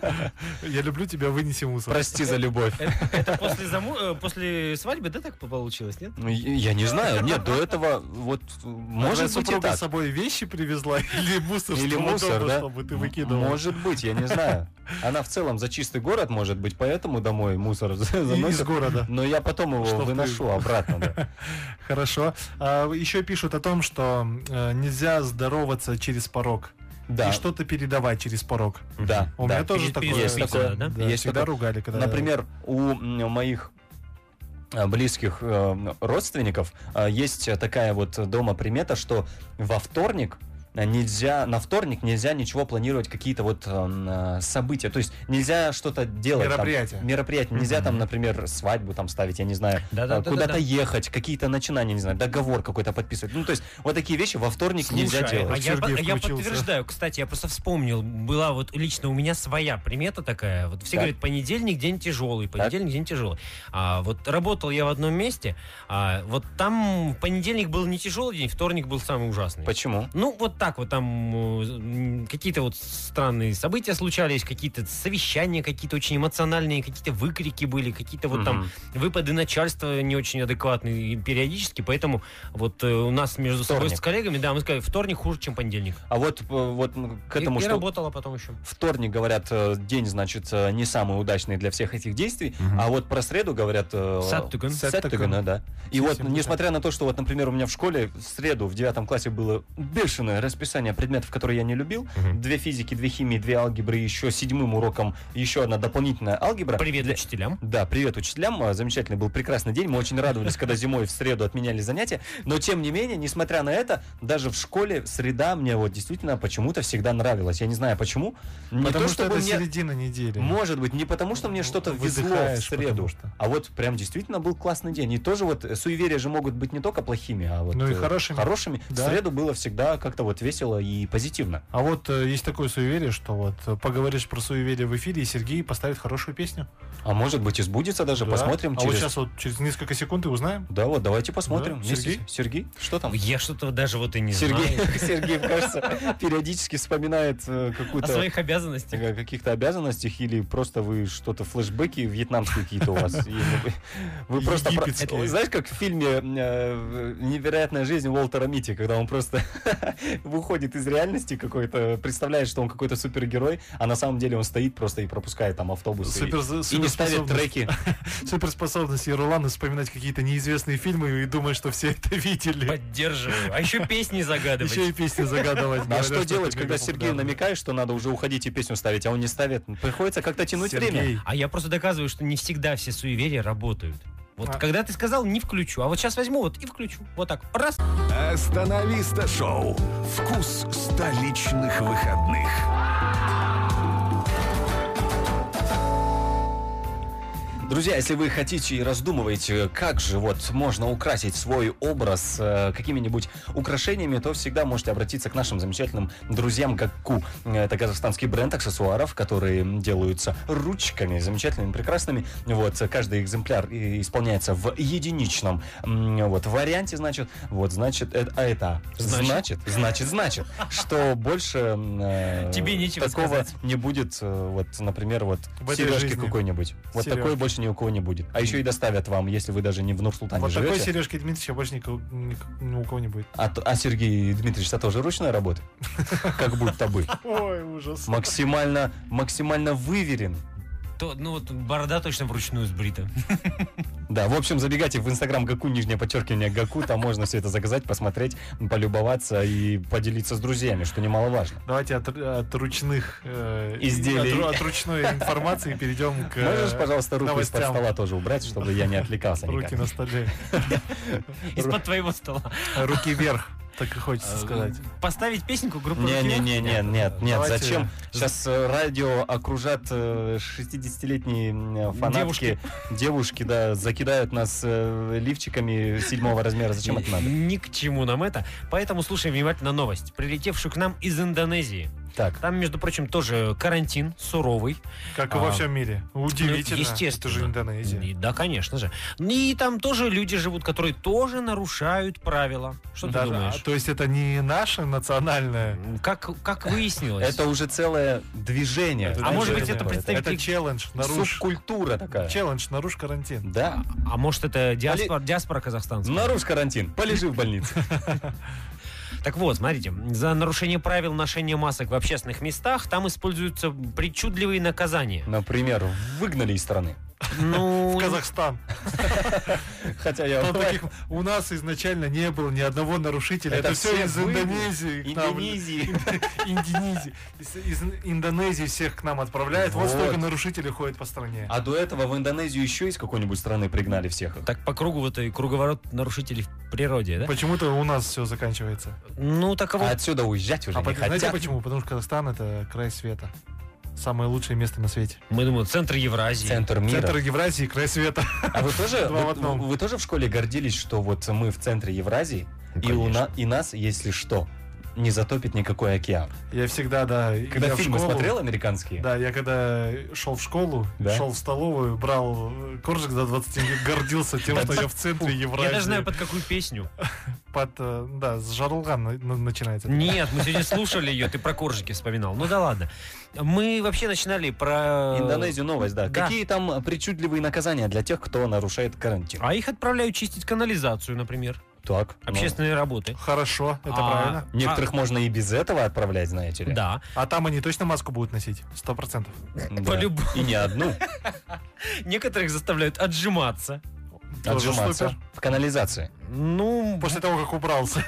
Я люблю тебя, вынеси мусор. А
Прости за любовь.
Это после, заму- э, после свадьбы, да, так получилось, нет?
Ну, я я не знаю. Нет, до этого вот э,
А Твоя
может быть и
супруга
так.
с собой вещи привезла или мусор,
Или
с того
мусор,
дома,
да?
чтобы ты выкидывал.
Может быть, я не знаю. Она в целом за чистый город, может быть, поэтому домой мусор
И- из
заносит.
города.
Но я потом его
Чтоб ты-
выношу обратно. да.
Хорошо. еще пишут о том, что э, нельзя здороваться через порог
Да.
и что-то передавать через порог.
Да.
У
да.
меня тоже
Перед-
такое.
Есть такое,
да?
Да,
Есть
всегда
такое.
ругали, когда.
Например, у м, моих э, близких э, родственников э, есть э, такая вот дома примета, что во вторник э, нельзя на вторник нельзя ничего планировать какие-то вот эм, э, события то есть нельзя что-то делать там,
Мероприятия.
мероприятия нельзя там например свадьбу там ставить я не знаю
Да-да-да-да-да.
э, куда-то ехать какие-то начинания не знаю договор какой-то подписывать ну то есть вот такие вещи во вторник нельзя
Слушай,
делать
а я,
Сергей
по- я
включился.
подтверждаю, кстати, я просто вспомнил, была вот лично у меня своя примета такая. Вот все
Так.
говорят, понедельник день тяжелый, понедельник день тяжелый. А вот работал я в одном месте, а вот там понедельник был не тяжелый день, вторник был самый ужасный.
почему
Ну, вот так вот там э, м, какие-то вот странные события случались, какие-то совещания, какие-то очень эмоциональные, какие-то выкрики были, какие-то вот там
Мгм.
выпады начальства не очень адекватные и периодически, поэтому вот э, у нас между собой
Вторник.
с коллегами, да, мы сказали, вторник хуже, чем понедельник.
а вот э, вот м, к этому
и, и
что
работала потом еще.
вторник, говорят, э, день, значит, э, не самый удачный для всех этих действий, а вот про среду говорят... э,
Саттыгын.
Саттыгына, да. И вот,
Совсем не
несмотря на то, что вот, например, у меня в школе в среду в девятом классе было бешеное расписание предметов, которые я не любил,
Мгм.
две физики, две химии, две алгебры, еще седьмым уроком еще одна дополнительная алгебра.
Привет
Для-
учителям.
да, привет учителям. А, Замечательный был прекрасный день. Мы очень радовались, когда зимой в среду отменяли занятия. Но тем не менее, несмотря на это, даже в школе среда мне вот действительно почему-то всегда нравилась. Я не знаю почему. Не
Потому
то,
что
чтобы
это
мне-
середина недели.
Может быть, не потому, что мне что-то везло в
Выдыхаешь, потому
среду,
что.
а вот прям действительно был классный день. И тоже вот э, суеверия же могут быть не только плохими, а вот
Ну и
э,
хорошими.
хорошими.
Да.
В среду было всегда как-то вот весело и позитивно.
А вот э, есть такое суеверие, что вот э, поговоришь про суеверие в эфире, и Сергей поставит хорошую песню.
А может быть, и сбудется даже.
Да.
Посмотрим
А
через...
вот сейчас вот через несколько секунд и узнаем.
Да, вот давайте посмотрим.
Да,
Вместе
Сергей?
с- Сергей, что там?
Я что-то даже вот и не
Сергей,
знаю.
Сергей, кажется, периодически вспоминает э,
О
какую-то
своих обязанностях.
э, каких-то обязанностях или просто вы что-то флешбеки вьетнамские какие-то у вас. И вы- Вы просто... про-
Египетские.
Это, Знаешь, как в фильме э, «Невероятная жизнь» Уолтера Мити, когда он просто выходит из реальности какой-то, представляет, что он какой-то супергерой, а на самом деле он стоит просто и пропускает там автобусы. и-
Супер-
И не ставит
суперспособность.
треки.
Суперспособность Ерулана вспоминать какие-то неизвестные фильмы и думать, что все это видели.
Поддерживаю. А еще песни загадывать.
Еще и песни загадывать.
А
Говорят,
что делать,
это
когда
мега
Сергею
популярно.
намекаешь, что надо уже уходить и песню ставить, а он не ставит? Приходится как-то тянуть время.
Сергей,
А я просто доказываю, что не всегда все суеверия работают. Вот
А.
когда ты сказал, не включу. А вот сейчас возьму вот и включу. Вот так. Раз.
Остановиста шоу. Вкус столичных выходных.
Друзья, если вы хотите и раздумываете, как же вот можно украсить свой образ э, какими-нибудь украшениями, то всегда можете обратиться к нашим замечательным друзьям Гакку. Это казахстанский бренд аксессуаров, которые делаются ручками, замечательными, прекрасными. Вот, каждый экземпляр и- исполняется в единичном м, вот, варианте, значит. Вот, значит, это, а это
Значит.
значит, значит, значит, что больше м, э,
Тебе нечего
такого
сказать.
не будет, э, вот, например, вот
В этой
сережки
жизни.
какой-нибудь. Вот
Сережки.
такой больше ни у кого не будет. А еще и доставят вам, если вы даже А не в Нур-Султане
Вот такой
живете.
Сережки Дмитрича больше никого- ни- ни у кого не будет.
А, т- а Сергей Дмитриевич, это тоже ручная работа? Как будто бы.
Ой, ужас.
Максимально, максимально выверен.
То, ну вот борода точно вручную сбрита.
Да, в общем, забегайте в инстаграм Гаку, нижнее подчеркивание Гаку, там можно все это заказать, посмотреть, полюбоваться и поделиться с друзьями, что немаловажно.
Давайте от, от ручных э,
Изделий.
От, ру- от ручной информации перейдем к. э,
Можешь, пожалуйста, руку из-под
новостям.
стола тоже убрать, чтобы я не отвлекался никак.
Руки на столе.
Из-под твоего стола. Э,
Руки вверх, так и
А,
хочется сказать.
Поставить песенку группы
Не,
«Руки
не,
вверх»?
не, не, нет, нет,
Давайте.
зачем? Сейчас радио окружат э, 60-летние м, э, фанатки,
Девушки.
девушки, да, закидают нас э, лифчиками седьмого размера. Зачем это надо?
Ни к чему нам это. Поэтому слушаем внимательно новость, прилетевшую к нам из Индонезии.
Так,
Там, между прочим, тоже карантин суровый.
Как и
А,
во всем мире. Удивительно.
Ну, Естественно.
Это же Индонезия.
И- да, конечно же. И там тоже люди живут, которые тоже нарушают правила. Что
Да-да.
ты думаешь?
То есть это не наше национальное.
Как, как выяснилось.
это уже целое движение.
Это
А может быть,
движение.
это представитель-
Это челлендж. Наруш.
Субкультура такая.
Челлендж, наруш карантин.
Да.
А может, это диаспора, диаспора казахстанцев?
Наруж карантин, полежи в больнице.
Так вот, смотрите, за нарушение правил ношения масок в общественных местах там используются причудливые наказания.
Например, выгнали из страны.
Ну,
В Казахстан.
Хотя я...
Там таких у нас изначально не было ни одного нарушителя. Это, все из
были.
Индонезии. к нам.
Индонезии.
Индонезии. Из, из Индонезии всех к нам отправляют. Вот,
Вот.
столько нарушителей ходит по стране.
А до этого в Индонезию еще из какой-нибудь страны пригнали всех.
так по кругу вот и круговорот нарушителей в природе, да?
Почему-то у нас все заканчивается.
Ну, так
А
вот.
отсюда уезжать уже
А
не
по- знаете
хотят.
почему? Потому что Казахстан это край света. Самое лучшее место на свете.
Мы думаем, центр Евразии.
Центр мира.
Центр Евразии, край света.
А вы тоже,
Два в
вы,
одном.
вы тоже в школе гордились, что вот мы в центре Евразии,
Ну,
и, у
конечно.
на- и нас, если что, не затопит никакой океан.
Я всегда, да.
Когда
я в
фильмы
школу-
смотрел американские,
Да, я когда шел в школу,
Да?
шел в столовую, брал э, коржик за 20 тенге, гордился тем, что я в центре Евразии.
Я даже знаю, под какую песню.
Под, э, да, с Жарулган на- на- начинается.
Нет, мы сегодня слушали ее, ты про коржики вспоминал. Ну да ладно. Мы вообще начинали про...
Индонезию новость, да.
да.
Какие там причудливые наказания для тех, кто нарушает карантин?
А их отправляют чистить канализацию, например.
Так. ну,
Общественные работы.
Хорошо, это
А,
правильно.
Некоторых можно и без этого отправлять, знаете ли.
Да.
А там они точно маску будут носить? Сто процентов.
Да.
по-любому.
И не одну.
Некоторых заставляют отжиматься.
Тоже
Отжиматься
супер.
в канализации.
Ну,
После того, как убрался.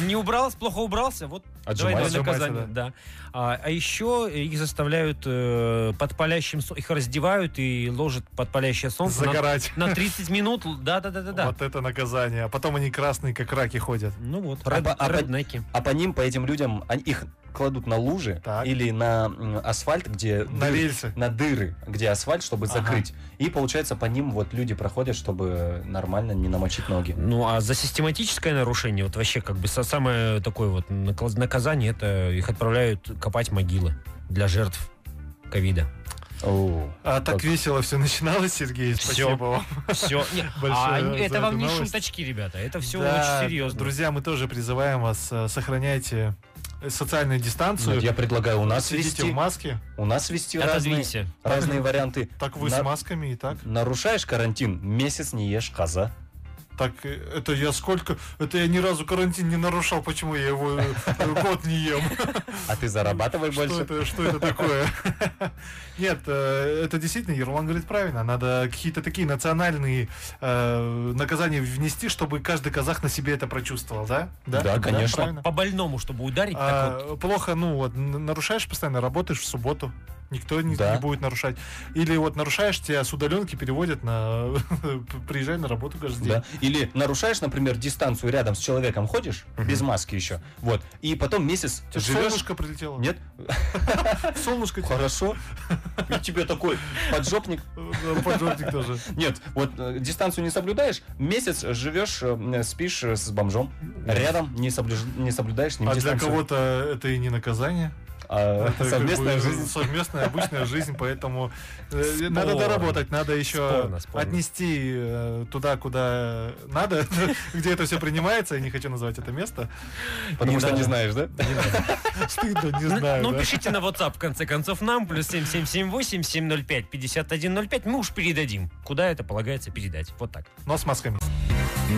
не убрался, плохо убрался, вот
Отжимайся.
двойное наказание.
Отжимайся,
Да. А, а еще их заставляют э, под палящим солнцем, их раздевают и ложат под палящее солнце на-
Загорать.
на, 30 минут. Да-да-да-да-да.
Вот это наказание. А потом они красные, как раки ходят.
Ну вот,
А
ред-
по- а по-
реднеки.
А по ним, по этим людям, они- их кладут на лужи
Так.
или на м, асфальт, где
На
дыры-
рельсы.
на дыры, где асфальт, чтобы
Ага.
закрыть. И получается по ним вот люди проходят, чтобы нормально не намочить ноги.
Ну, а за систематическое нарушение, вот вообще как бы со- самое такое вот накла- наказание, это их отправляют копать могилы для жертв ковида.
Оу.
А так
Так.
весело все началось, Сергей.
Всё.
Спасибо вам.
Все. А
Большое за
это вам
эту
не
новость.
шуточки, ребята. Это все
Да,
очень серьезно.
Друзья, мы тоже призываем вас, э, сохраняйте э, социальную дистанцию.
Вот я предлагаю у нас
Сидите
вести,
в маске.
у нас вести разные,
Отодвинься.
разные варианты.
Так вы
На-
с масками и так.
Нарушаешь карантин, месяц не ешь коза.
Так э, это я сколько... Это я ни разу карантин не нарушал, почему я его э, год не ем.
А ты зарабатывай
Что
больше.
это, что это такое? Нет, э, это действительно, Ерлан говорит правильно. Надо какие-то такие национальные э, наказания внести, чтобы каждый казах на себе это прочувствовал, да?
Да, конечно.
правильно?
По больному, чтобы ударить. так вот.
А, плохо, ну вот, н- нарушаешь постоянно, работаешь в субботу. Никто не,
Да.
не будет нарушать. Или вот нарушаешь, тебя с удаленки переводят на... Приезжай на работу каждый день.
Да. Или нарушаешь, например, дистанцию рядом с человеком ходишь, без маски еще. Вот. И потом месяц
Тебе
живешь.
Солнышко прилетело.
Нет?
Солнышко тебе.
Хорошо. И тебе такой поджопник.
Да, поджопник э, тоже.
Нет, вот э, дистанцию не соблюдаешь, месяц живешь, э, м, спишь э, с бомжом. Рядом не, соблюж- не соблюдаешь с ним
А для
дистанцию.
кого-то это и не наказание.
А,
Это как
совместная
бы
жизнь.
Совместная обычная жизнь, поэтому э,
Спорно.
надо доработать, надо еще
Спорно, спорно.
отнести э, туда, куда надо, где это все принимается. Я не хочу называть это место.
Потому что не знаешь, да?
Стыдно, не
Ну,
знаю.
ну,
да.
пишите на WhatsApp, в конце концов, нам, плюс 7778-705-5105, мы уж передадим, куда это полагается передать. Вот так.
Но с масками.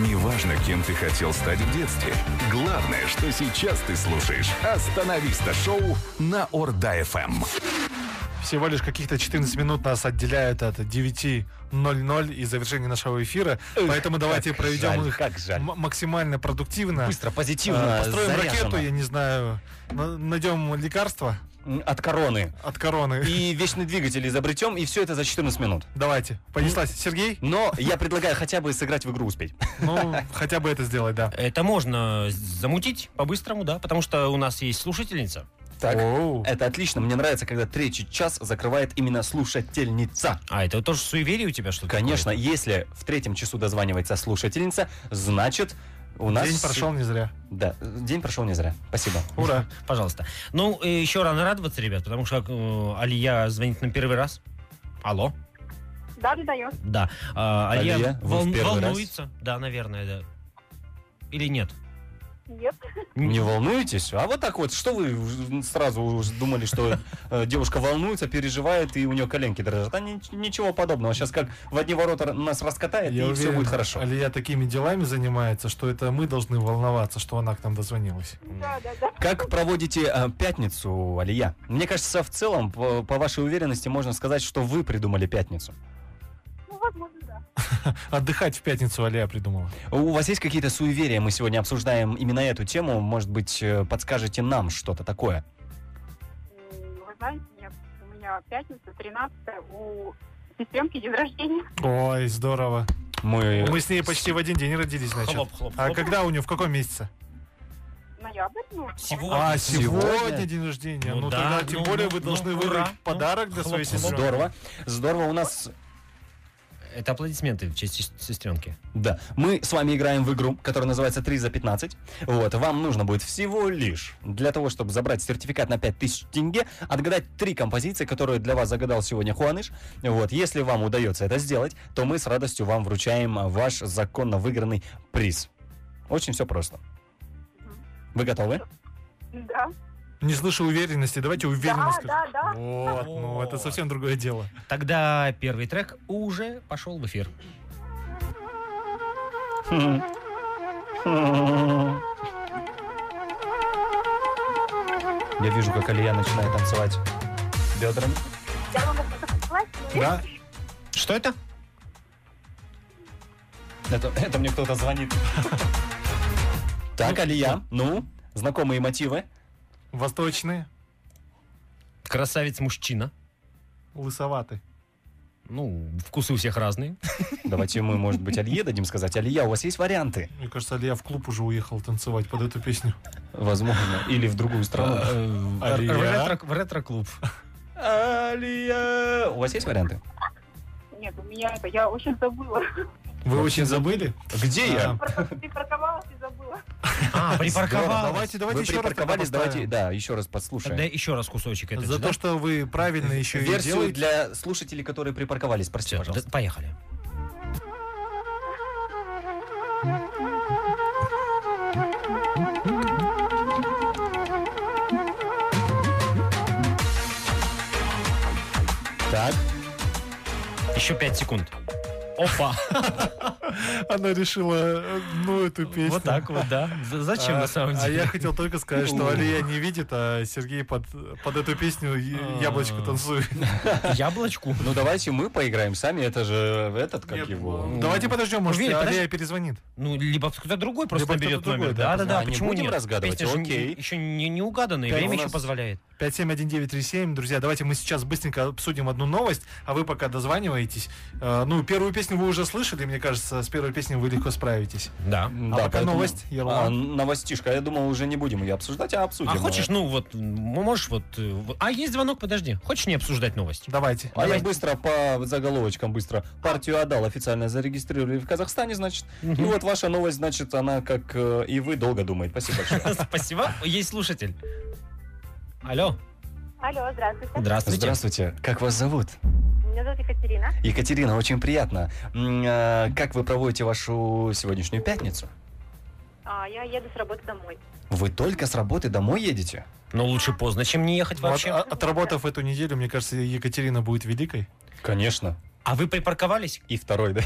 Неважно, кем ты хотел стать в детстве. Главное, Эм. что сейчас ты слушаешь «Остановиста» шоу на Орда-ФМ.
Всего лишь каких-то 14 минут нас отделяют от 9.00 и завершения нашего эфира. Поэтому давайте проведем
жаль,
их
как жаль.
м- максимально продуктивно.
Быстро,
А,
позитивно,
Построим
заряжено.
ракету, я не знаю. на- Найдем лекарство
М, От короны.
от короны.
И вечный двигатель изобретем, и все это за 14 минут.
Давайте.
Ну.
Понеслась. Сергей?
Но я предлагаю хотя бы сыграть в игру успеть.
Ну, хотя бы это сделать, да.
Это можно замутить по-быстрому, да, потому что у нас есть слушательница.
Так.
Оу.
Это отлично. Мне нравится, когда третий час закрывает именно слушательница.
А, это тоже суеверие у тебя что-то?
Конечно, если в третьем часу дозванивается слушательница, значит у нас...
День прошел не зря.
Да, день прошел не зря. Спасибо.
Ура.
такое? Пожалуйста. Ну, э, еще рано радоваться, ребят, потому что э, Алия звонит нам первый раз. Алло.
Да, да, даю.
Да. А, Алия,
Алия, вы в
волн-
первый раз?
волнуется. Да, наверное, да. Или нет?
Нет.
Не волнуйтесь. А вот так вот, что вы сразу думали, что э, девушка волнуется, переживает, и у нее коленки дрожат? А ни- ничего подобного. Сейчас как в одни ворота нас раскатает, и все
уверен,
будет хорошо.
Алия такими делами занимается, что это мы должны волноваться, что она к нам дозвонилась.
Да, да, да.
Как проводите э, пятницу, Алия? Мне кажется, в целом, по, по вашей уверенности, можно сказать, что вы придумали пятницу.
Ну, возможно, да.
Отдыхать в пятницу Алия придумала.
У вас есть какие-то суеверия? Мы сегодня обсуждаем именно эту тему. Может быть, э, подскажете нам что-то такое?
М, Вы знаете, нет. У меня пятница, 13 у сестренки день рождения.
Ой, здорово.
Мы...
Мы с ней почти в один день родились, значит.
Хлоп, хлоп,
А
хлоп.
когда у нее, в каком месяце?
Ноябрь, ну,
Сегодня.
А, сегодня,
Сегодня?
день рождения.
Ну
Ну,
да,
тогда тем
ну,
более
ну,
вы
ну,
должны
ура.
выбрать
Ну,
подарок для
хлоп,
своей
хлоп.
сестры.
Здорово. Здорово. У нас
Это аплодисменты в честь сес- сестренки.
Да, мы с вами играем в игру, которая называется 3 за 15. Вот, вам нужно будет всего лишь для того, чтобы забрать сертификат на 5000 тенге, отгадать три композиции, которые для вас загадал сегодня Хуаныш. Вот, если вам удается это сделать, то мы с радостью вам вручаем ваш законно выигранный приз. Очень все просто. Вы готовы?
да.
Не слышу уверенности, давайте уверенно
Да,
скажем.
да, да.
Вот, ну это
Вот.
совсем другое дело.
Тогда первый трек уже пошел в эфир.
Я вижу, как Алия начинает танцевать бедрами.
Я вам это согласна.
Да?
Что это?
Это, это мне кто-то звонит. Так, Алия, ну, знакомые мотивы.
Восточные,
Красавец-мужчина.
лысоватый.
Ну, вкусы у всех разные.
Давайте мы, может быть, Алие дадим сказать. Алия, у вас есть варианты?
Мне кажется, Алия в клуб уже уехал танцевать под эту песню.
Возможно. Или в другую страну.
Э,
Алия?
В ретро- в ретро-клуб.
Алия! У вас есть варианты?
Нет, у меня это, я очень забыла.
Вы очень забыли?
Где я?
Ты парковалась и забыла.
А,
Здорово.
припарковал.
Давайте, давайте
Вы
еще раз тогда
припарковались, давайте,
поставим.
да, еще раз
Тогда
подслушаем.
еще раз кусочек. этот
За
же, да?
то, что вы правильно еще и
Версию
делаете.
для слушателей, которые припарковались, простите,
Всё,
пожалуйста.
да, поехали.
Так.
Еще пять секунд. Опа.
Она решила, э, ну, эту песню.
Вот так вот, да. З- Зачем
А-
на самом
А я
деле?
хотел только сказать, что Алия не видит, а Сергей под, под эту песню я-
А.
яблочко танцует.
Яблочку.
Ну давайте мы поиграем сами, это же этот, как
Нет,
его...
ну, Давайте подождем, может,
Уверен,
Алия перезвонит.
Ну, либо кто-то другой просто
Либо
наберет
кто-то другой,
номер.
да,
Да, да, да.
а не
Почему
будем
нет?
разгадывать,
Песня же не-
окей.
Еще не, не угадана, и
Да,
время
у
еще
нас-
позволяет.
5711937, друзья, давайте мы сейчас быстренько обсудим одну новость, а вы пока дозваниваетесь. Э, Ну, первую песню вы уже слышали, мне кажется, с первой песней вы легко справитесь.
Да.
Да,
а пока новость, Ерла.
А, новостишка, я думал, уже не будем ее обсуждать, а обсудим.
А хочешь, ну вот, м, можешь вот... э, вот- А, есть звонок, подожди. Хочешь не обсуждать новость?
Давайте.
А я быстро по заголовочкам быстро. Партию отдал, официально зарегистрировали в Казахстане, значит. И вот ваша новость, значит, она, как э, и вы, долго думает. Спасибо большое.
Спасибо. Есть слушатель. Алло.
Алло, здравствуйте.
Здравствуйте.
Здравствуйте. Как вас зовут?
Меня зовут Екатерина.
Екатерина, очень приятно. М, э, Как вы проводите вашу сегодняшнюю пятницу?
А, я еду с работы домой.
Вы только с работы домой едете?
Но лучше поздно, чем не ехать
Вот,
вообще.
а- отработав эту неделю, мне кажется, Екатерина будет великой.
Конечно.
А вы припарковались?
И второй, да?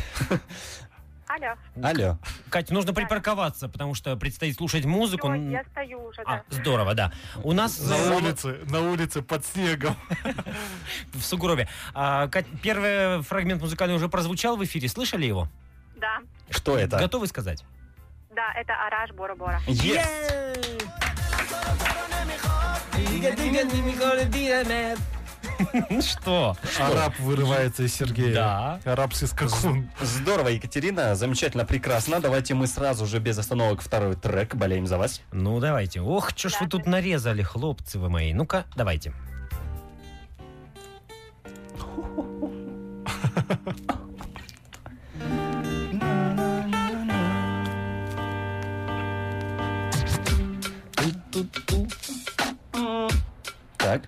Алло.
Алло.
Катя, нужно припарковаться, потому что предстоит слушать музыку.
Всё, я стою уже,
А,
да.
здорово, да. У нас
На
э,
улице, на улице под снегом.
в сугробе. А, Кать, первый фрагмент музыкальный уже прозвучал в эфире. Слышали его?
Да,
Что это?
Готовы сказать?
да, это Араш Бора-Бора.
Yes!
Что?
Араб А вырывается из Сергея.
Да.
Арабский скакун.
Здорово, Екатерина, замечательно, прекрасно. Давайте мы сразу же без остановок второй трек, болеем за вас.
Ну, давайте. Ох, что ж вы тут нарезали, хлопцы вы мои. Ну-ка, давайте.
Так,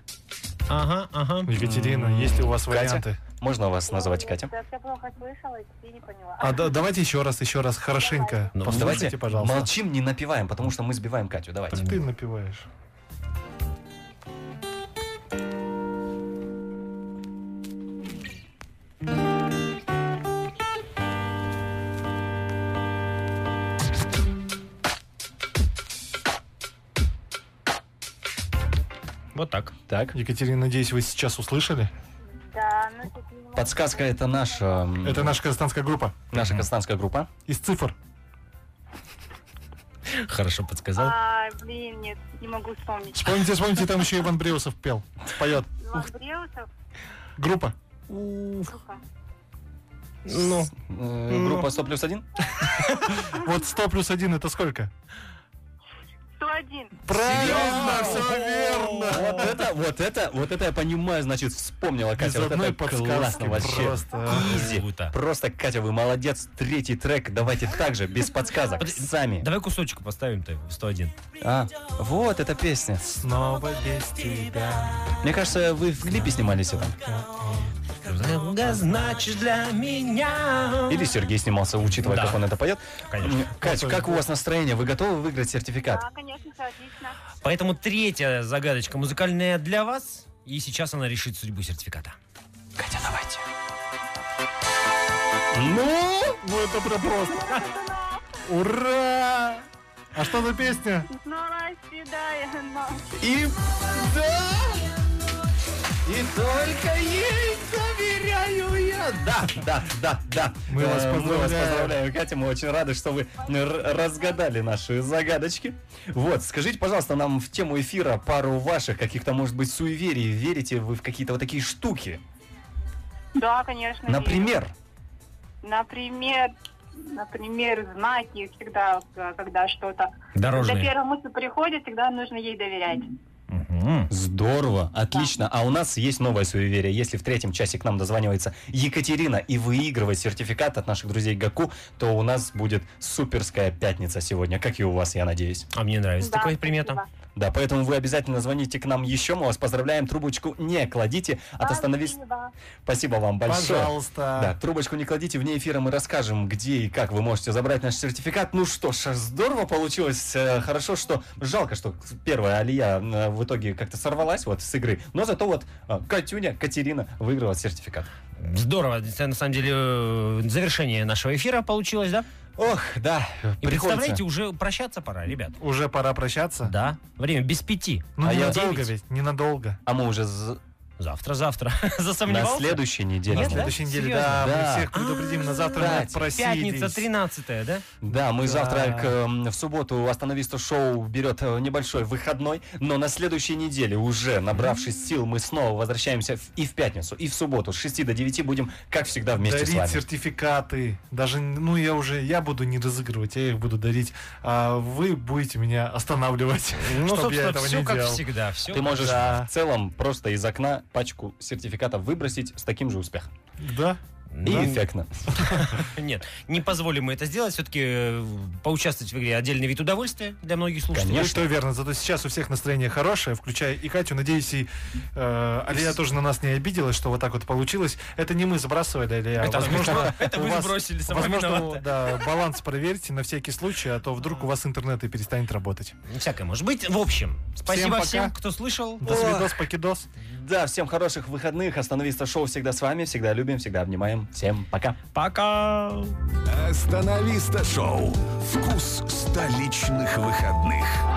Ага, ага.
Екатерина, есть ли у вас варианты?
можно вас называть Катя?
Я тебя плохо слышала и не поняла.
А да- давайте еще раз, еще раз, хорошенько.
Ну,
Послушайте,
Давайте
пожалуйста.
молчим, не напиваем, потому что мы сбиваем Катю. Давайте.
Ты напиваешь.
Вот так.
Так.
Екатерина, надеюсь, вы сейчас услышали.
Да, ну тут не могу.
Подсказка это наша... м,
Это наша казахстанская группа.
наша казахстанская группа.
Из цифр.
Хорошо подсказал.
А, блин, нет, не могу вспомнить.
Вспомните, вспомните, там еще Иван Бреусов пел. Поет.
Иван Бреусов,
Группа.
сука.
Ну.
Э, Группа 100 плюс 1?
Вот 100 плюс 1 это сколько?
101.
Правильно, все верно.
Вот это, вот это, вот это я понимаю, значит, вспомнила
Без
Катя. Вот
одной
это
подсказки
классно вообще.
просто.
Изи.
Круто.
Просто, Катя, вы молодец. Третий трек. Давайте также, без подсказок.
Подожди,
Сами.
Давай кусочек поставим-то в 101.
А, вот эта песня.
Снова без тебя.
Мне кажется, вы в клипе снимались это.
Много значишь для меня.
Или Сергей снимался, учитывая,
Да.
как он это поет.
Конечно.
Кать, как у вас настроение? Вы готовы выиграть сертификат?
Да, конечно, все отлично.
Поэтому третья загадочка музыкальная для вас. И сейчас она решит судьбу сертификата.
Катя, давайте. Ну,
Ну это прям просто. Ура! А что за песня?
Снова Ну, свидание, ну. но...
и да! И только ей доверяю я! Да, да, да, да.
Мы вас
Э, Мы вас
поздравляем.
поздравляем, Катя. Мы очень рады, что вы р- разгадали наши загадочки. Вот, скажите, пожалуйста, нам в тему эфира пару ваших каких-то, может быть, суеверий. Верите вы в какие-то вот такие штуки?
Да, конечно. верю.
Например,
Например, например, знаки всегда, э, когда что-то... Когда
Дорожные.
первая мысль приходит, всегда нужно ей доверять.
Мгм.
Здорово, отлично. А у нас есть новое суеверие. Если в третьем часе к нам дозванивается Екатерина и выигрывает сертификат от наших друзей Гаку, то у нас будет суперская пятница сегодня, как и у вас, я надеюсь.
А мне нравится
Да,
такая примета.
спасибо.
Да, поэтому вы обязательно звоните к нам еще. Мы вас поздравляем. Трубочку не кладите. От остановись.
Спасибо.
Спасибо вам большое. Да,
Пожалуйста.
трубочку не кладите, вне эфира мы расскажем, где и как вы можете забрать наш сертификат. Ну что ж, здорово получилось. э, Хорошо, что жалко, что первая Алия э, в итоге как-то сорвалась вот с игры. Но зато вот э, Катюня, Катерина выиграла сертификат.
Здорово. Это, на самом деле, э, завершение нашего эфира получилось, да?
Ох, да,
И представляете, уже прощаться пора, ребят.
Уже пора прощаться.
Да. Время без пяти.
Ну
А я
ненадолго
девять.
ведь, ненадолго.
А мы уже з-
Завтра-завтра.
на
Засомневался?
следующей неделе.
Нет,
На
да?
следующей неделе,
Серьезно?
да,
Да.
мы всех предупредим, на завтра
Кстати,
нет просидеть.
Пятница 13 да?
Да, мы
Да.
завтра к, эм, в субботу остановисто шоу берет э, небольшой выходной, но на следующей неделе, уже набравшись сил, мы снова возвращаемся в- и в пятницу, и в субботу с 6 до 9 будем, как всегда, вместе
дарить
с вами.
сертификаты. Даже, ну, я уже, я буду не разыгрывать, я их буду дарить. А вы будете меня останавливать,
Ну,
чтобы
собственно,
я этого
все
не
как
делал.
всегда. Все
Ты можешь
Да.
в целом просто из окна пачку сертификатов выбросить с таким же успехом.
Да?
И эффектно.
Ну, Нет, не позволим мы это сделать. Все-таки поучаствовать в игре отдельный вид удовольствия для многих слушателей.
Конечно.
Ну И что верно, зато сейчас у всех настроение хорошее, включая и Катю. Надеюсь, и э, Алия тоже на нас не обиделась, что вот так вот получилось. Это не мы сбрасывали, Алия. а
Это
возможно,
это
у
вы
вас-
сбросили, сама
Возможно,
виновата.
да, баланс проверьте на всякий случай, а то вдруг у вас интернет и перестанет работать.
Ну, Всякое может быть. В общем, спасибо
пока.
всем, кто слышал.
До свидос, покидос.
Да, всем хороших выходных. Остановисто шоу всегда с вами. Всегда любим, всегда обнимаем. отдыхаем. Всем пока.
Пока!
Остановиста шоу. Вкус столичных выходных.